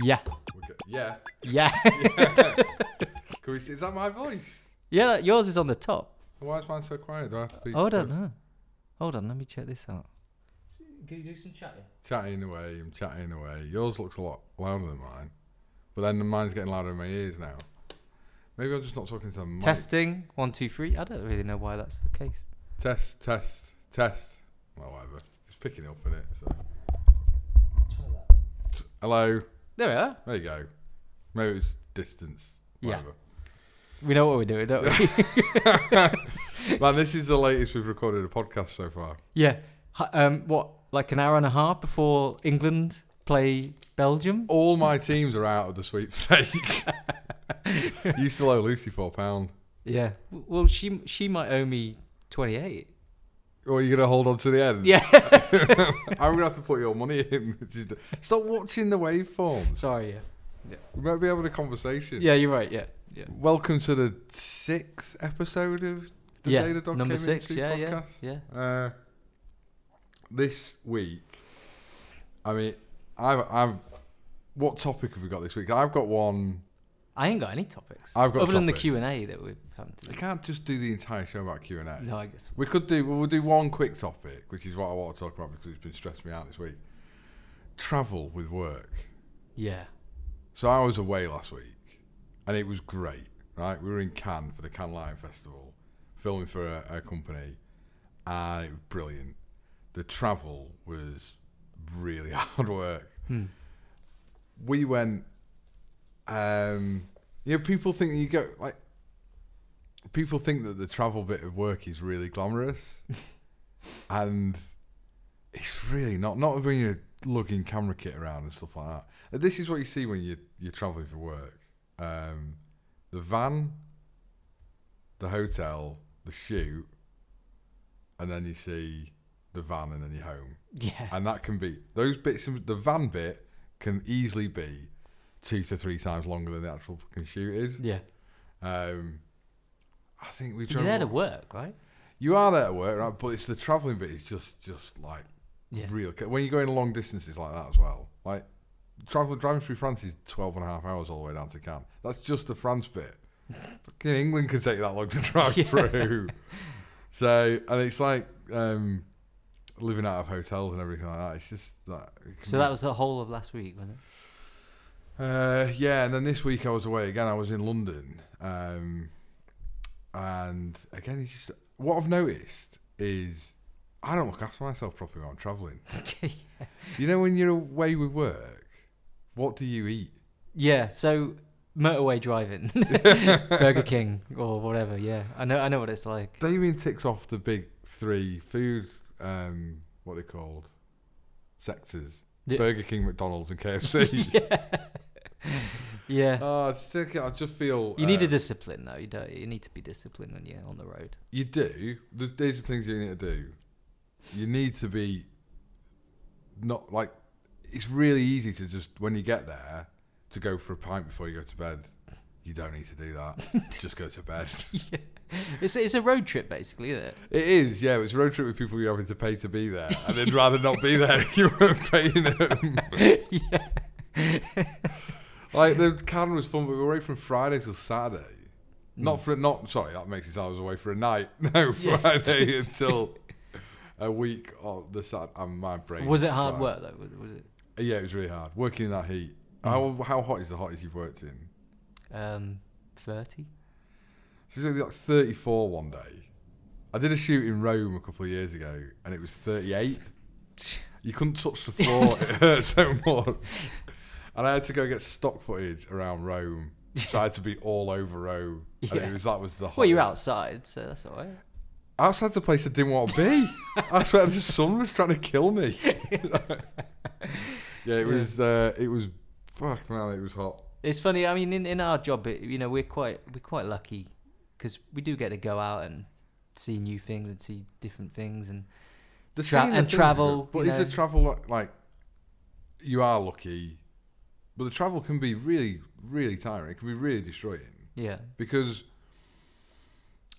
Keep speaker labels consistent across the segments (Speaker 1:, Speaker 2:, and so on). Speaker 1: Yeah.
Speaker 2: We're good. Yeah.
Speaker 1: Yeah.
Speaker 2: Can we see? Is that my voice?
Speaker 1: yeah, yours is on the top.
Speaker 2: Why is mine so quiet? Do I have to be
Speaker 1: Hold on. huh. Hold on, let me check this out. Can you do some chatting?
Speaker 2: chatting away? I'm chatting away. Yours looks a lot louder than mine, but then mine's getting louder in my ears now. Maybe I'm just not talking to the mic.
Speaker 1: Testing. One, two, three. I don't really know why that's the case.
Speaker 2: test, test, test. Well, whatever. It's picking up in it. So. T- Hello.
Speaker 1: There we are.
Speaker 2: There you go. Maybe it's distance.
Speaker 1: Yeah.
Speaker 2: Whatever.
Speaker 1: We know what we're doing, don't we?
Speaker 2: Man, this is the latest we've recorded a podcast so far.
Speaker 1: yeah. H- Um, what, like an hour and a half before England play Belgium?
Speaker 2: All my teams are out of the sweepstake. you still owe Lucy four pound.
Speaker 1: Yeah. W- Well, she she might owe me 28.
Speaker 2: Or are you Oh, gonna hold on to the end?
Speaker 1: Yeah.
Speaker 2: I'm gonna have to put your money in. Which is the- Stop watching the waveforms.
Speaker 1: Sorry, yeah.
Speaker 2: We might be having a conversation.
Speaker 1: Yeah, you're right, yeah. Yeah.
Speaker 2: Welcome to the sixth episode of the
Speaker 1: yeah.
Speaker 2: Day the Dog
Speaker 1: Number
Speaker 2: Came
Speaker 1: six,
Speaker 2: Into
Speaker 1: yeah,
Speaker 2: podcast.
Speaker 1: yeah. Yeah.
Speaker 2: Uh, this week, I mean, I've, I've, what topic have we got this week? I've got one.
Speaker 1: I ain't got any topics.
Speaker 2: I've got a
Speaker 1: Other than the
Speaker 2: topic.
Speaker 1: Q&A that we're having to
Speaker 2: I can't just do the entire show about Q and A.
Speaker 1: do. No, I guess.
Speaker 2: We could do. We'll do one quick topic, which is what I want to talk about because it's been stressing me out this week. Travel with work.
Speaker 1: Yeah.
Speaker 2: So I was away last week, and it was great. Right, we were in Cannes for the Cannes Lion Festival, filming for a, a company, and it was brilliant. The travel was really hard work.
Speaker 1: Hmm.
Speaker 2: We went. Um, you know, people think that you go like. People think that the travel bit of work is really glamorous, and it's really not. Not when you're lugging camera kit around and stuff like that. And This is what you see when you you're traveling for work. Um, the van, the hotel, the shoot, and then you see the van and then you're home.
Speaker 1: Yeah.
Speaker 2: And that can be those bits. The van bit can easily be two to three times longer than the actual fucking shoot is.
Speaker 1: yeah.
Speaker 2: Um, I think we
Speaker 1: You're
Speaker 2: drove.
Speaker 1: there to work, right?
Speaker 2: You are there at work, right? But it's the travelling bit. It's just, just like
Speaker 1: Yeah.
Speaker 2: real. When you're going long distances like that as well, like travel driving through France is 12 and a half hours all the way down to Cannes. That's just the France bit. Fucking England can take that long to drive through. So, and it's like um, living out of hotels and everything like that. It's just that. it can
Speaker 1: So
Speaker 2: be-
Speaker 1: that was the whole of last week, wasn't it?
Speaker 2: uh, yeah, and then this week I was away again. I was in London, um, and again, it's just what I've noticed is I don't look after myself properly when I'm traveling. You know, when you're away with work, what do you eat?
Speaker 1: yeah. So motorway driving, Burger King or whatever. Yeah, I know. I know what it's like.
Speaker 2: Damien ticks off the big three food. Um, what are they called? Sectors:
Speaker 1: Yeah.
Speaker 2: Burger King, McDonald's, and KFC.
Speaker 1: Yeah.
Speaker 2: Oh, I just think- I just feel
Speaker 1: you need
Speaker 2: uh,
Speaker 1: a discipline though. You don't. You need to be disciplined when you're on the road.
Speaker 2: You do. Th- These are things you need to do. You need to be not like it's really easy to just when you get there to go for a pint before you go to bed. You don't need to do that. just go to bed.
Speaker 1: It's it's a road trip basically, isn't it?
Speaker 2: It is, yeah. It's a road trip with people you're having to pay to be there, and they'd rather not be there if you weren't paying them. like the can was fun, but we were away from Friday till Saturday.
Speaker 1: Mm.
Speaker 2: Not for not sorry, that makes it sound I was away for a night. No, Friday until a week of the Saturday. And my brain
Speaker 1: Was it hard
Speaker 2: fried.
Speaker 1: work though? Was, was it?
Speaker 2: Yeah, it was really hard working in that heat.
Speaker 1: Mm.
Speaker 2: How how hot is the hottest you've worked in?
Speaker 1: Um, thirty.
Speaker 2: So it's like 34 one day. I did a shoot in Rome a couple of years ago, and it was 38. You couldn't touch the floor; it hurt so much. And I had to go get stock footage around Rome, so I had to be all over Rome. And
Speaker 1: Yeah.
Speaker 2: it was that was the hottest.
Speaker 1: Well, you're outside, so that's all right.
Speaker 2: outside the place I didn't want to be. That's where the sun was trying to kill me. yeah, it was. Uh, it was. Fuck man, it was hot.
Speaker 1: It's funny. I mean, in, in our job, it, you know, we're quite we're quite lucky because we do get to go out and see new things and see different things. And
Speaker 2: The
Speaker 1: Tra-
Speaker 2: seeing the
Speaker 1: and
Speaker 2: things are
Speaker 1: travel,
Speaker 2: good, But
Speaker 1: you
Speaker 2: is
Speaker 1: know.
Speaker 2: the travel li- like you are lucky, but the travel can be really, really tiring. It can be really destroying
Speaker 1: yeah,
Speaker 2: because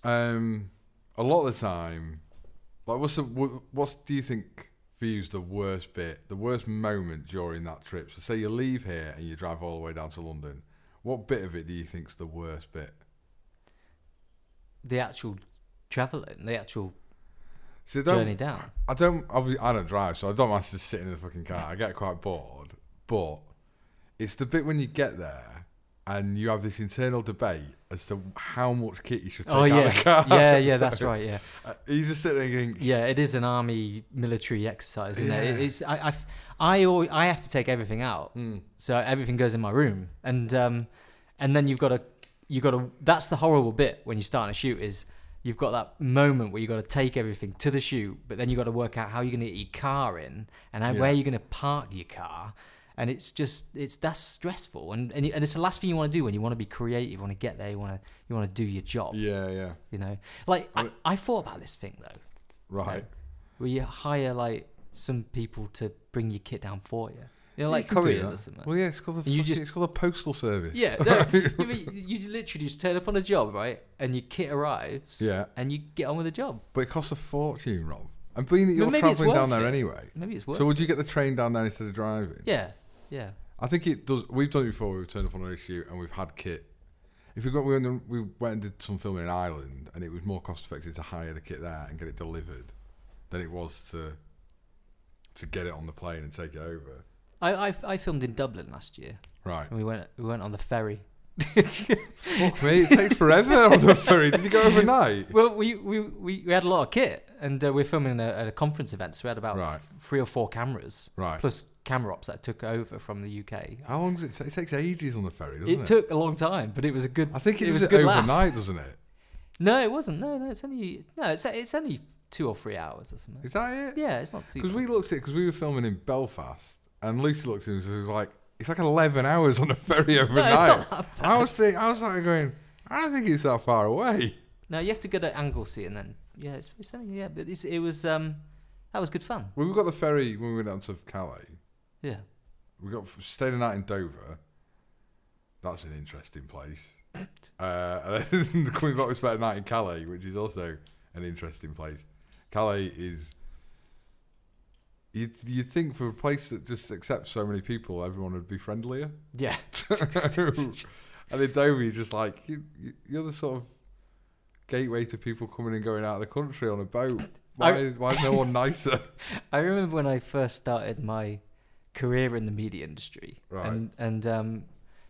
Speaker 2: um, a lot of the time, like, what's the, wha- what's do you think for you is the worst bit, the worst moment during that trip? So say you leave here and you drive all the way down to London. What bit of it do you think's the worst bit?
Speaker 1: The actual traveling, the actual
Speaker 2: See, I
Speaker 1: journey
Speaker 2: don't,
Speaker 1: down.
Speaker 2: I don't, obviously, I don't drive, so I don't mind just sitting in the fucking car. I get quite bored, but it's the bit when you get there and you have this internal debate as to how much kit you should take
Speaker 1: Oh
Speaker 2: out of
Speaker 1: yeah,
Speaker 2: the car.
Speaker 1: yeah, yeah. That's right. Yeah,
Speaker 2: Uh, You just sit there and think,
Speaker 1: yeah. It is an army military exercise, isn't it? it?
Speaker 2: Yeah.
Speaker 1: It's I, I, f- I, always, I have to take everything out,
Speaker 2: Mm.
Speaker 1: so everything goes in my room, and um, and then you've got to, you got to. That's the horrible bit when you're starting to shoot is you've got that moment where you've got to take everything to the shoot, but then you've got to work out how you're going to get your car in and how, where
Speaker 2: Yeah.
Speaker 1: you're going to park your car. And it's just it's that's stressful, and and, it- and it's the last thing you want to do when you want to be creative, you want to get there, you want to you want to do your job.
Speaker 2: yeah, yeah,
Speaker 1: You know, like
Speaker 2: I
Speaker 1: I,
Speaker 2: mean-
Speaker 1: I thought about this thing though,
Speaker 2: right.
Speaker 1: where you hire like some people to bring your kit down for you. You know,
Speaker 2: You
Speaker 1: like
Speaker 2: can do
Speaker 1: couriers
Speaker 2: that.
Speaker 1: or something.
Speaker 2: Well, yeah, it's called the
Speaker 1: You
Speaker 2: fucking-
Speaker 1: just-
Speaker 2: it's called the postal service.
Speaker 1: yeah, no, you, mean- you literally just turn up on a job, right? And your kit arrives,
Speaker 2: Yeah.
Speaker 1: and you get on with the job.
Speaker 2: but it costs a fortune, Rob. And being that
Speaker 1: But
Speaker 2: you're
Speaker 1: maybe it's
Speaker 2: travelling down
Speaker 1: worth
Speaker 2: there
Speaker 1: it.
Speaker 2: anyway,
Speaker 1: Maybe it's worth.
Speaker 2: so would you get the train down there instead of driving?
Speaker 1: yeah, yeah,
Speaker 2: I think it does. We've done it before. We've turned up on an issue and we've had kit. If we got we went, and- we went and did some filming in Ireland, and it was more cost effective to hire the kit there and get it delivered than it was to to get it on the plane and take it over.
Speaker 1: I, I I filmed in Dublin last year,
Speaker 2: Right,
Speaker 1: and we went we went on the ferry. Oh.
Speaker 2: fuck me, it takes forever on the ferry. Did you go overnight?
Speaker 1: Well, we we, we, we had a lot of kit, and uh, we are filming a, at a conference event, so we had about
Speaker 2: Right.
Speaker 1: f- three or four cameras,
Speaker 2: Right.
Speaker 1: plus camera ops that took over from the UK.
Speaker 2: How long does it take? It takes ages on the ferry, doesn't it?
Speaker 1: It took a long time, but it was a good.
Speaker 2: I think it,
Speaker 1: was
Speaker 2: does
Speaker 1: a
Speaker 2: it
Speaker 1: good
Speaker 2: overnight,
Speaker 1: laugh.
Speaker 2: doesn't it?
Speaker 1: No, it wasn't. No, no, it's only no, it's it's only two or three hours or something.
Speaker 2: Is that it?
Speaker 1: yeah, it's not too.
Speaker 2: Because
Speaker 1: bad.
Speaker 2: we looked at because we were filming in Belfast, and Lucy looked at us and was like, "It's like eleven hours on a ferry
Speaker 1: no,
Speaker 2: overnight."
Speaker 1: it's not that bad.
Speaker 2: I was think I was like going, I don't think it's that far away.
Speaker 1: No, you have to go to Anglesey and then yeah, it's, it's only yeah, but it's, it was um that was good fun.
Speaker 2: Well, we got the ferry when we went down to Calais.
Speaker 1: Yeah,
Speaker 2: We got stayed a night in Dover. That's an interesting place. Uh, and then coming back, we spent a night in Calais, which is also an interesting place. Calais is. You'd, you'd think for a place that just accepts so many people, everyone would be friendlier.
Speaker 1: yeah,
Speaker 2: and in Dover, you're just like, you, you- you're the sort of gateway to people coming and going out of the country on a boat. Why,
Speaker 1: I-
Speaker 2: why is no one nicer?
Speaker 1: I remember when I first started my career in the media industry,
Speaker 2: Right.
Speaker 1: and and um,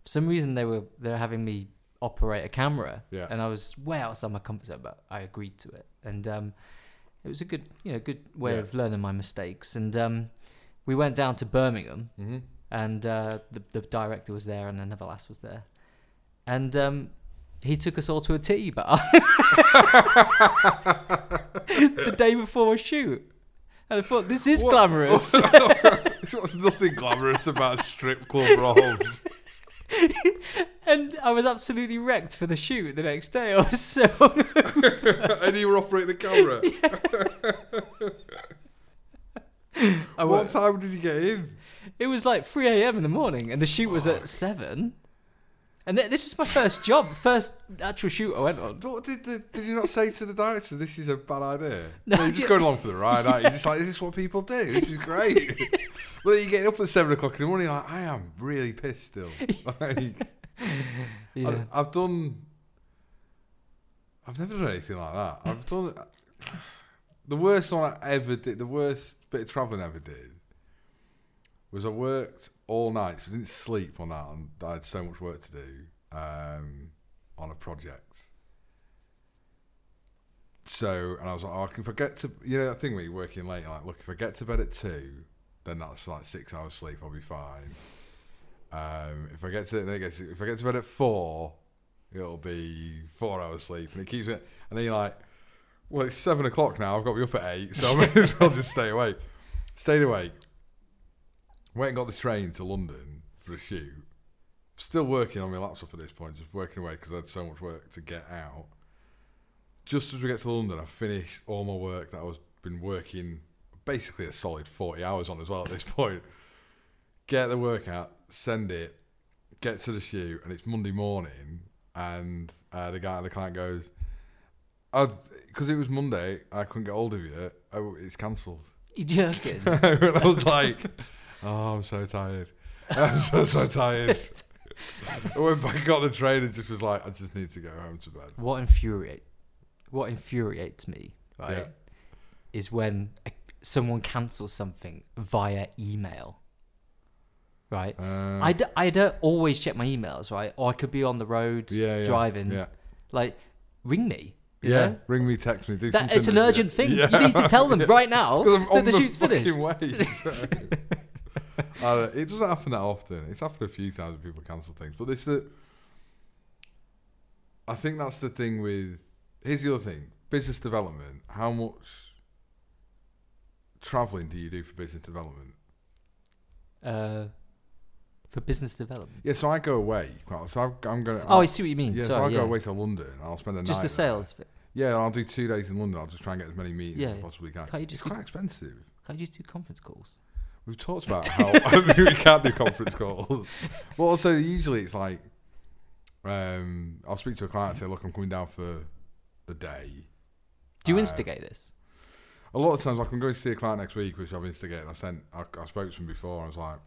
Speaker 1: for some reason they were they were having me operate a camera,
Speaker 2: Yeah.
Speaker 1: and I was way outside my comfort zone, but I agreed to it, and um, it was a good you know good way
Speaker 2: Yeah.
Speaker 1: of learning my mistakes, and um, we went down to Birmingham,
Speaker 2: Mm-hmm.
Speaker 1: and uh, the the director was there, and another lass was there, and um, he took us all to a tea bar the day before a shoot. And I thought this is
Speaker 2: What-
Speaker 1: glamorous.
Speaker 2: There's nothing glamorous about a strip club, Rob.
Speaker 1: And I was absolutely wrecked for the shoot the next day. I was so
Speaker 2: and you were operating the camera.
Speaker 1: I
Speaker 2: what
Speaker 1: wa-
Speaker 2: time did you get in?
Speaker 1: it was like 3 a.m. in the morning, and the shoot was at seven. And th- this is my first job, first actual shoot I went on.
Speaker 2: What did, the, did you not say to the director, this is a bad idea?
Speaker 1: No,
Speaker 2: No, you're just
Speaker 1: yeah.
Speaker 2: going along for the ride, aren't you? You're just like, this is what people do. This is great. well, you're getting up at 7 o'clock in the morning, you're like, I am really pissed still. Like,
Speaker 1: Yeah.
Speaker 2: I, I've done. I've never done anything like that. I've done. The worst one I ever did, the worst bit of travelling I ever did, was I worked all night. So I didn't sleep on that. And I had so much work to do um, on a project. So, and I was like, oh, if I get to, you know, that thing where you're working late, you're like, look, if I get to bed at two, then that's like six hours sleep, I'll be fine. Um, if I get to then it gets- if I get to bed at four, it'll be four hours sleep, and it keeps it. And then you're like, well, it's seven o'clock now. I've got to be up at eight, so I may as well just stay awake. Stayed awake. Went and got the train to London for a shoot. Still working on my laptop at this point, just working away because I had so much work to get out. Just as we get to London, I finished all my work that I was been working basically a solid forty hours on as well at this point get the workout, send it, get to the shoot, and it's Monday morning, and uh, the guy, the client goes, because it was Monday, I couldn't get hold of you. Oh, it's cancelled.
Speaker 1: You jerking?
Speaker 2: and I was like, oh, I'm so tired. I'm so, so tired. I went back on the train and just was like, I just need to go home to bed.
Speaker 1: what infuriate what infuriates me right
Speaker 2: Yeah.
Speaker 1: is when a, someone cancels something via email right
Speaker 2: Um,
Speaker 1: I, d- I don't always check my emails right or i could be on the road
Speaker 2: yeah, yeah,
Speaker 1: driving
Speaker 2: Yeah.
Speaker 1: like ring me you
Speaker 2: Yeah.
Speaker 1: know?
Speaker 2: Ring me, text me. Do
Speaker 1: that,
Speaker 2: something
Speaker 1: it's an
Speaker 2: that's-
Speaker 1: urgent thing
Speaker 2: Yeah.
Speaker 1: you need to tell them right now
Speaker 2: Because I'm
Speaker 1: that
Speaker 2: on
Speaker 1: the
Speaker 2: the,
Speaker 1: shoot's
Speaker 2: fucking
Speaker 1: finished
Speaker 2: way. so. I don't- it doesn't happen that often. It's happened a few times when people cancel things, but it's the. I think that's the thing with. Here's the other thing: business development. How much traveling do you do for business development?
Speaker 1: uh, for business development
Speaker 2: Yeah, so I go away. quite- So I've, I'm going.
Speaker 1: oh i see what you mean
Speaker 2: Uh, Yeah, so I
Speaker 1: Sorry,
Speaker 2: go
Speaker 1: yeah.
Speaker 2: away to London. and I'll spend a
Speaker 1: just
Speaker 2: night.
Speaker 1: the
Speaker 2: there.
Speaker 1: sales bit.
Speaker 2: Yeah, I'll do two days in London. I'll just try and get as many meetings
Speaker 1: Yeah,
Speaker 2: as I
Speaker 1: yeah.
Speaker 2: possibly can.
Speaker 1: Can't you
Speaker 2: it's
Speaker 1: just do-
Speaker 2: quite expensive.
Speaker 1: can i just do conference calls
Speaker 2: We've talked about how I don't think we can do conference calls, but also usually it's like um, I'll speak to a client and say, "Look, I'm coming down for the day."
Speaker 1: do you
Speaker 2: Uh,
Speaker 1: instigate this
Speaker 2: A lot of times, like I'm going to see a client next week, which I've instigated. I sent, I, I spoke to him before. And I was like,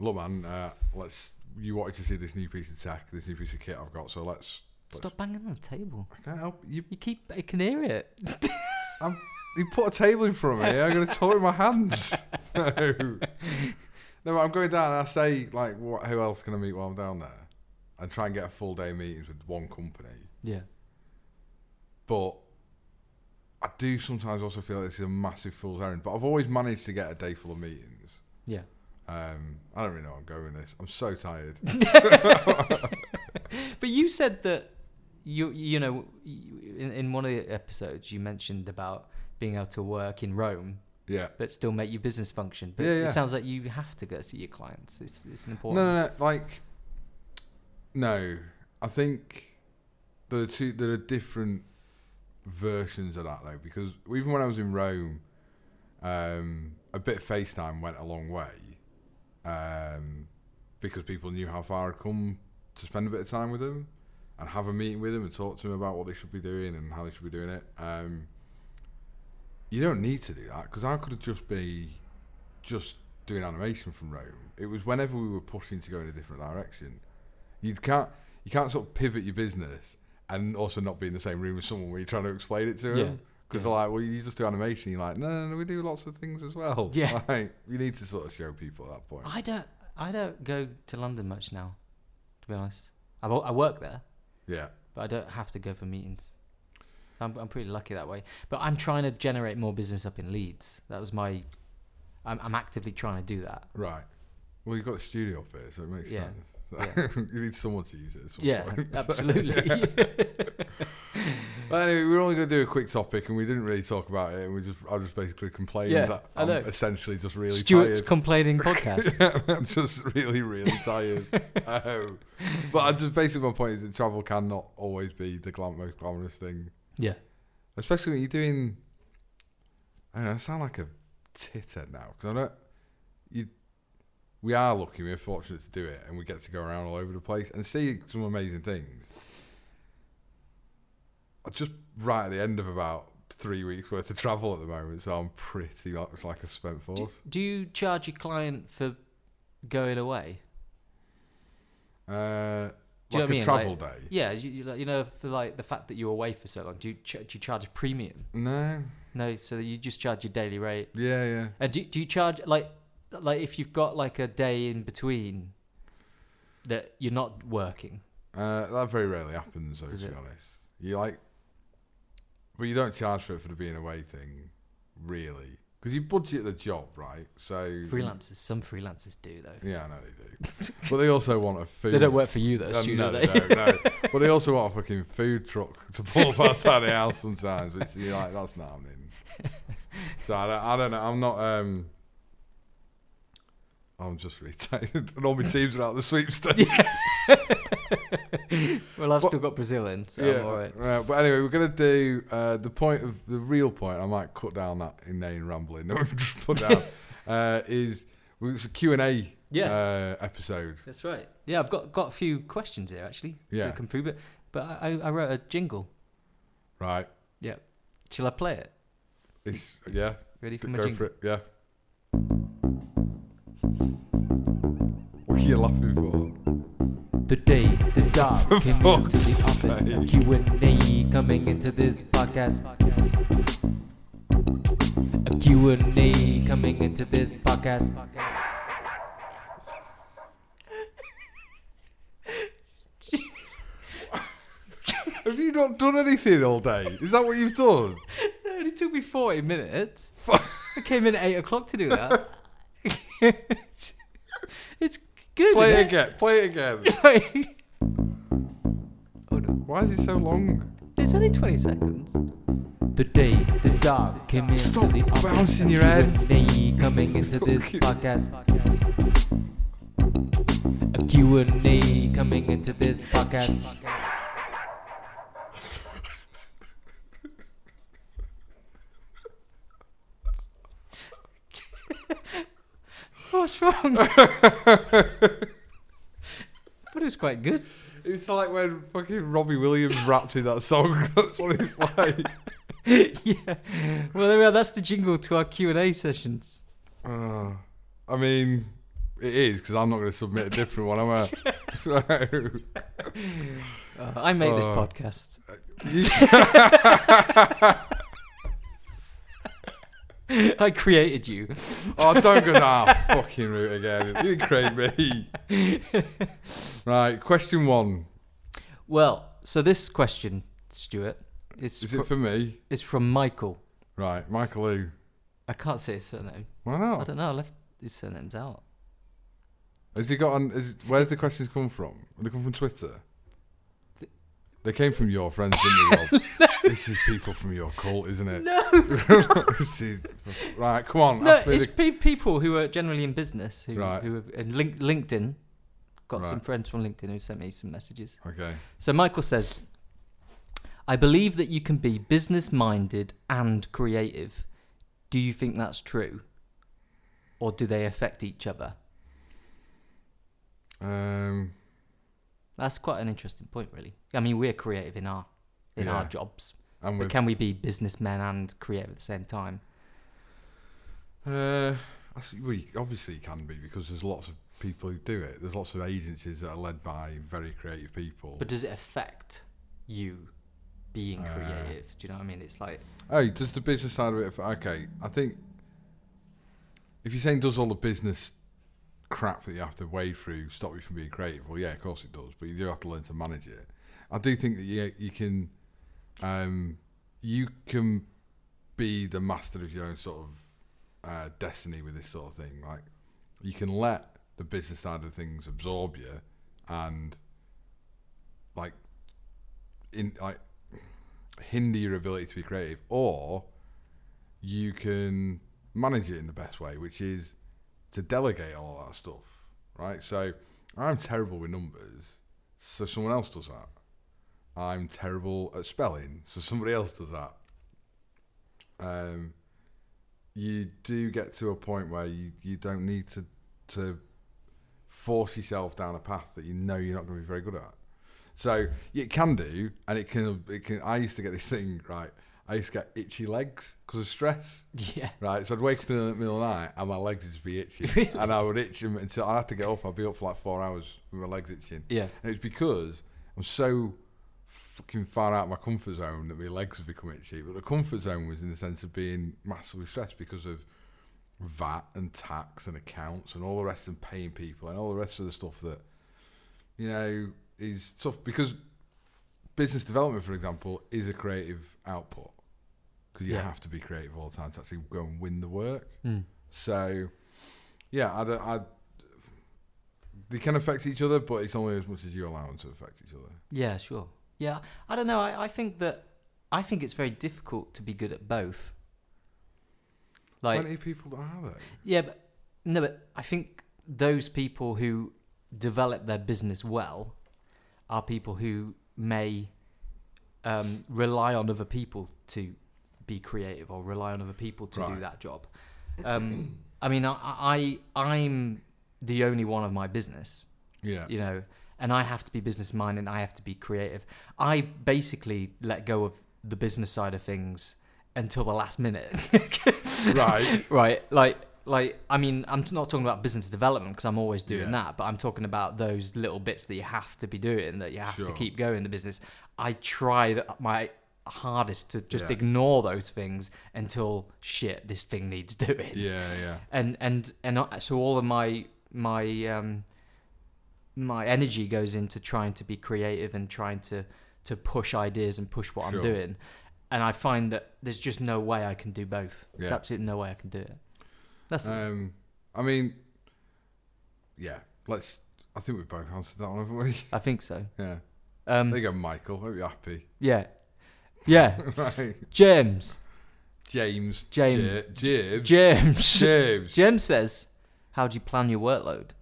Speaker 2: "Look, man, uh, let's. You wanted to see this new piece of tech, this new piece of kit I've got, so let's." let's-
Speaker 1: stop banging on the table
Speaker 2: I can't help you.
Speaker 1: you keep i can hear it
Speaker 2: You put a table in front of me. I'm going to toy with my hands. No. no, I'm going down and I say, like, what, who else can I meet while I'm down there? And try and get a full day meetings with one company.
Speaker 1: yeah
Speaker 2: But I do sometimes also feel like this is a massive fool's errand. But I've always managed to get a day full of meetings.
Speaker 1: yeah
Speaker 2: Um, I don't really know where I'm going with this. I'm so tired.
Speaker 1: But you said that you you know you- in, in one of the episodes you mentioned about being able to work in Rome
Speaker 2: yeah.
Speaker 1: but still make your business function. But
Speaker 2: Yeah,
Speaker 1: it
Speaker 2: yeah.
Speaker 1: sounds like you have to go see your clients. It's it's an
Speaker 2: No,
Speaker 1: important.
Speaker 2: no, no. Like, no. I think there are two. There are different versions of that though, because even when I was in Rome, um, a bit of FaceTime went a long way, um, because people knew how far I'd come to spend a bit of time with them and have a meeting with them and talk to them about what they should be doing and how they should be doing it. Um, you don't need to do that because I could have just be just doing animation from Rome. It was whenever we were pushing to go in a different direction. You can't you can't sort of pivot your business and also not be in the same room as someone where you're trying to explain it to
Speaker 1: Yeah,
Speaker 2: them
Speaker 1: yeah.
Speaker 2: because they're like, well, you just do animation. You're like, no, no, no, we do lots of things as well.
Speaker 1: Yeah.
Speaker 2: like, you need to sort of show people at that point.
Speaker 1: I don't I don't go to London much now, to be honest. I wo- I work there,
Speaker 2: yeah,
Speaker 1: but I don't have to go for meetings. I'm I'm pretty lucky that way. But I'm trying to generate more business up in Leeds. That was my. I'm, I'm actively trying to do that.
Speaker 2: right. Well, you've got a studio up here, so it makes
Speaker 1: Yeah.
Speaker 2: sense. you need someone to use it. At some
Speaker 1: Yeah,
Speaker 2: point. So,
Speaker 1: absolutely.
Speaker 2: yeah. But anyway, we were only going to do a quick topic, and we didn't really talk about it. And we just, I just basically complained
Speaker 1: Yeah,
Speaker 2: that
Speaker 1: I
Speaker 2: I'm
Speaker 1: know.
Speaker 2: essentially just really
Speaker 1: Stuart's
Speaker 2: tired.
Speaker 1: complaining podcast.
Speaker 2: Yeah, I'm just really, really tired. Um, but I just basically my point is that travel cannot always be the glam- most glamorous thing,
Speaker 1: yeah.
Speaker 2: especially when you're doing. I don't know. I sound like a titter now because I don't. You, we are lucky. We're fortunate to do it, and we get to go around all over the place and see some amazing things. I'm just right at the end of about three weeks worth of travel at the moment, so I'm pretty much like a spent force.
Speaker 1: Do, do you charge your client for going away?
Speaker 2: Uh,
Speaker 1: Do you know what
Speaker 2: like
Speaker 1: I mean?
Speaker 2: a travel day.
Speaker 1: Yeah, you, you, like- you know, for like the fact that you're away for so long, do you, ch- do you charge a premium?
Speaker 2: No.
Speaker 1: No, so that you just charge your daily rate.
Speaker 2: Yeah, yeah.
Speaker 1: And do, do you charge like like if you've got like a day in between that you're not working?
Speaker 2: Uh, that very rarely happens, though,
Speaker 1: Does
Speaker 2: to
Speaker 1: it?
Speaker 2: be honest. You like, but you don't charge for it for the being away thing, really, because you budget the job, right? So
Speaker 1: Freelancers, some freelancers do though.
Speaker 2: Mm-hmm. Yeah, I know they do, but they also want a food.
Speaker 1: They don't work for you though,
Speaker 2: Uh,
Speaker 1: studio,
Speaker 2: no,
Speaker 1: do
Speaker 2: they
Speaker 1: they?
Speaker 2: don't. No, but they also want a fucking food truck to pull up outside the house sometimes. Which you're like, that's not happening. So I don't, I don't know. I'm not. um I'm just really tired, and all my teams are out of the sweepstakes.
Speaker 1: well, I've
Speaker 2: But-
Speaker 1: still got Brazil in, so I'm all right.
Speaker 2: right, But anyway, we're gonna do uh, the point of the real point. I might cut down that inane rambling that we've just put down. uh, is well, it's a Q and A
Speaker 1: Yeah.
Speaker 2: uh, episode.
Speaker 1: That's right. Yeah, I've got got a few questions here actually. that
Speaker 2: Yeah.
Speaker 1: Come through, but but I, I I wrote a jingle.
Speaker 2: Right.
Speaker 1: Yeah. Shall I play it?
Speaker 2: It's yeah.
Speaker 1: Ready for
Speaker 2: d-
Speaker 1: my
Speaker 2: go
Speaker 1: jingle?
Speaker 2: for it. Yeah. What are you laughing for?
Speaker 1: The day the dog
Speaker 2: For
Speaker 1: came into the
Speaker 2: fuck's
Speaker 1: office,
Speaker 2: sake.
Speaker 1: Q and A coming into this podcast. A Q and A coming into this podcast.
Speaker 2: Have you not done anything all day? Is that what you've done?
Speaker 1: It only took me forty minutes.
Speaker 2: Fuck.
Speaker 1: I came in at eight o'clock to do that. it's good.
Speaker 2: Play it
Speaker 1: isn't
Speaker 2: again. Play it again.
Speaker 1: it? oh no.
Speaker 2: Why is it so long?
Speaker 1: It's only 20 seconds. The day the dog came into
Speaker 2: Stop
Speaker 1: the office.
Speaker 2: bouncing your head.
Speaker 1: Q&A coming into this
Speaker 2: Fucking-
Speaker 1: podcast. A Q&A coming into this podcast. What's wrong? but it was quite good.
Speaker 2: It's like when fucking Robbie Williams rapped in that song. That's what it's like.
Speaker 1: yeah. Well, there we are. That's the jingle to our Q and A sessions.
Speaker 2: Uh, I mean, it is because I'm not going to submit a different one, am I? so,
Speaker 1: Uh, I make this
Speaker 2: Oh.
Speaker 1: podcast.
Speaker 2: you-
Speaker 1: I created you.
Speaker 2: oh, don't go down that fucking route again. You create me. Right, question one.
Speaker 1: Well, so this question, Stuart, it's
Speaker 2: Is
Speaker 1: fro-
Speaker 2: it for me?
Speaker 1: it's from Michael.
Speaker 2: Right, Michael Lou.
Speaker 1: I can't say his surname.
Speaker 2: Why
Speaker 1: I
Speaker 2: not?
Speaker 1: don't know. I left his surnames out.
Speaker 2: Has he got on? Is, where's the questions come from? They come from Twitter. They came from your friends, didn't they? Rob? This is people from your cult, isn't it?
Speaker 1: No,
Speaker 2: This is- right, come on.
Speaker 1: no,
Speaker 2: ask me
Speaker 1: it's
Speaker 2: the-
Speaker 1: pe- people who are generally in business who
Speaker 2: Right.
Speaker 1: who have, and link- LinkedIn. Got some
Speaker 2: Right.
Speaker 1: friends from LinkedIn who sent me some messages.
Speaker 2: okay.
Speaker 1: So Michael says, I believe that you can be business minded and creative. Do you think that's true? Or do they affect each other?
Speaker 2: Um,
Speaker 1: That's quite an interesting point, really. I mean, we're creative in our in our
Speaker 2: Yeah.
Speaker 1: jobs,
Speaker 2: and
Speaker 1: but
Speaker 2: with
Speaker 1: can we be businessmen and creative at the same time?
Speaker 2: Uh, I see- well, you- obviously it can be because there's lots of people who do it. There's lots of agencies that are led by very creative people.
Speaker 1: But does it affect you being
Speaker 2: Uh.
Speaker 1: creative? Do you know what I mean? It's like
Speaker 2: oh, does the business side of it? aff- Okay, I think if you're saying does all the business crap that you have to wade through stop you from being creative? Well, yeah, of course it does, but you do have to learn to manage it. I do think that you you can um, you can be the master of your own sort of uh, destiny with this sort of thing. Like you can let the business side of things absorb you and like in like hinder your ability to be creative, or you can manage it in the best way, which is to delegate all that stuff, right? So I'm terrible with numbers, so someone else does that. I'm terrible at spelling, so somebody else does that. Um, you do get to a point where you, you don't need to to force yourself down a path that you know you're not going to be very good at. So it can do, and it can it can. I used to get this thing right. I used to get itchy legs because of stress.
Speaker 1: yeah,
Speaker 2: Right, so I'd wake up in the middle of the night and my legs would just be itching, and I would itch them until I had to get up. I'd be up for like four hours with my legs itching.
Speaker 1: yeah.
Speaker 2: And it's because I'm so fucking far out of my comfort zone that my legs have become itchy. But the comfort zone was in the sense of being massively stressed because of VAT and tax and accounts and all the rest and paying people and all the rest of the stuff that, you know, is tough. Because business development, for example, is a creative output because you
Speaker 1: Yeah.
Speaker 2: have to be creative all the time to actually go and win the work.
Speaker 1: Mm.
Speaker 2: So, yeah, I, don't- I they can affect each other, but it's only as much as you allow them to affect each other.
Speaker 1: Yeah, sure. Yeah, I don't know. I, I think that I think it's very difficult to be good at both. Like,
Speaker 2: Plenty of people that are though.
Speaker 1: yeah, but no, but I think those people who develop their business well are people who may um, rely on other people to be creative or rely on other people to do
Speaker 2: Right.
Speaker 1: that job. Um, I mean, I, I I'm the only one of my business
Speaker 2: Yeah.
Speaker 1: you know and i have to be business minded and i have to be creative i basically let go of the business side of things until the last minute.
Speaker 2: Right.
Speaker 1: right. Like, like I mean, I'm not talking about business development because I'm always doing
Speaker 2: Yeah.
Speaker 1: that, but I'm talking about those little bits that you have to be doing that you have to
Speaker 2: Sure.
Speaker 1: keep going in the business. I try th- my hardest to just
Speaker 2: Yeah.
Speaker 1: ignore those things until shit, this thing needs doing
Speaker 2: Yeah, yeah.
Speaker 1: and and and I- so all of my my um my energy goes into trying to be creative and trying to to push ideas and push what
Speaker 2: Sure.
Speaker 1: I'm doing and I find that there's just no way I can do both there's
Speaker 2: Yeah.
Speaker 1: absolutely no way I can do it that's
Speaker 2: Um, I mean, yeah. Let's. I think we've both answered that one, haven't we?
Speaker 1: I think so
Speaker 2: Yeah. There
Speaker 1: um
Speaker 2: you go, Michael. Hope you're happy.
Speaker 1: yeah yeah
Speaker 2: right.
Speaker 1: James
Speaker 2: James.
Speaker 1: James.
Speaker 2: Ja- James.
Speaker 1: James
Speaker 2: James.
Speaker 1: James says how do you plan your workload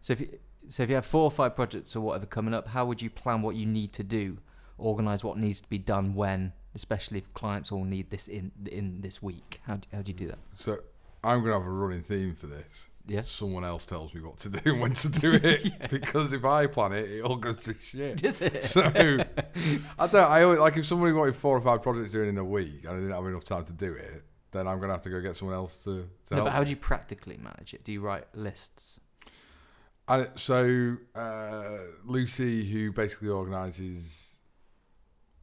Speaker 1: so if you so if you have four or five projects or whatever coming up, how would you plan what you need to do, organize what needs to be done when, especially if clients all need this in in this week? How do, how do you do that?
Speaker 2: So I'm going to have a running theme for this.
Speaker 1: Yes.
Speaker 2: Someone else tells me what to do and when to do it. Because if I plan it, it all goes to shit.
Speaker 1: Is it?
Speaker 2: So I don't. I always, like if somebody wanted four or five projects doing in a week and I didn't have enough time to do it, then I'm going to have to go get someone else to. to
Speaker 1: No,
Speaker 2: help
Speaker 1: but how
Speaker 2: me.
Speaker 1: do you practically manage it? Do you write lists?
Speaker 2: And so uh, Lucy, who basically organises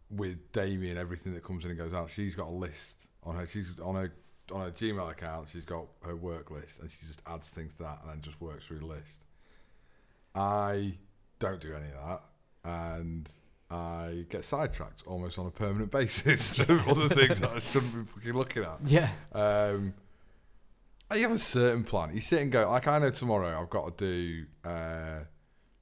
Speaker 2: with Damien everything that comes in and goes out, she's got a list on her. She's on her on her Gmail account. She's got her work list, and she just adds things to that, and then just works through the list. I don't do any of that, and I get sidetracked almost on a permanent basis of other things that I shouldn't be fucking looking at.
Speaker 1: Yeah.
Speaker 2: Um, you have a certain plan. You sit and go, like I know tomorrow I've got to do uh,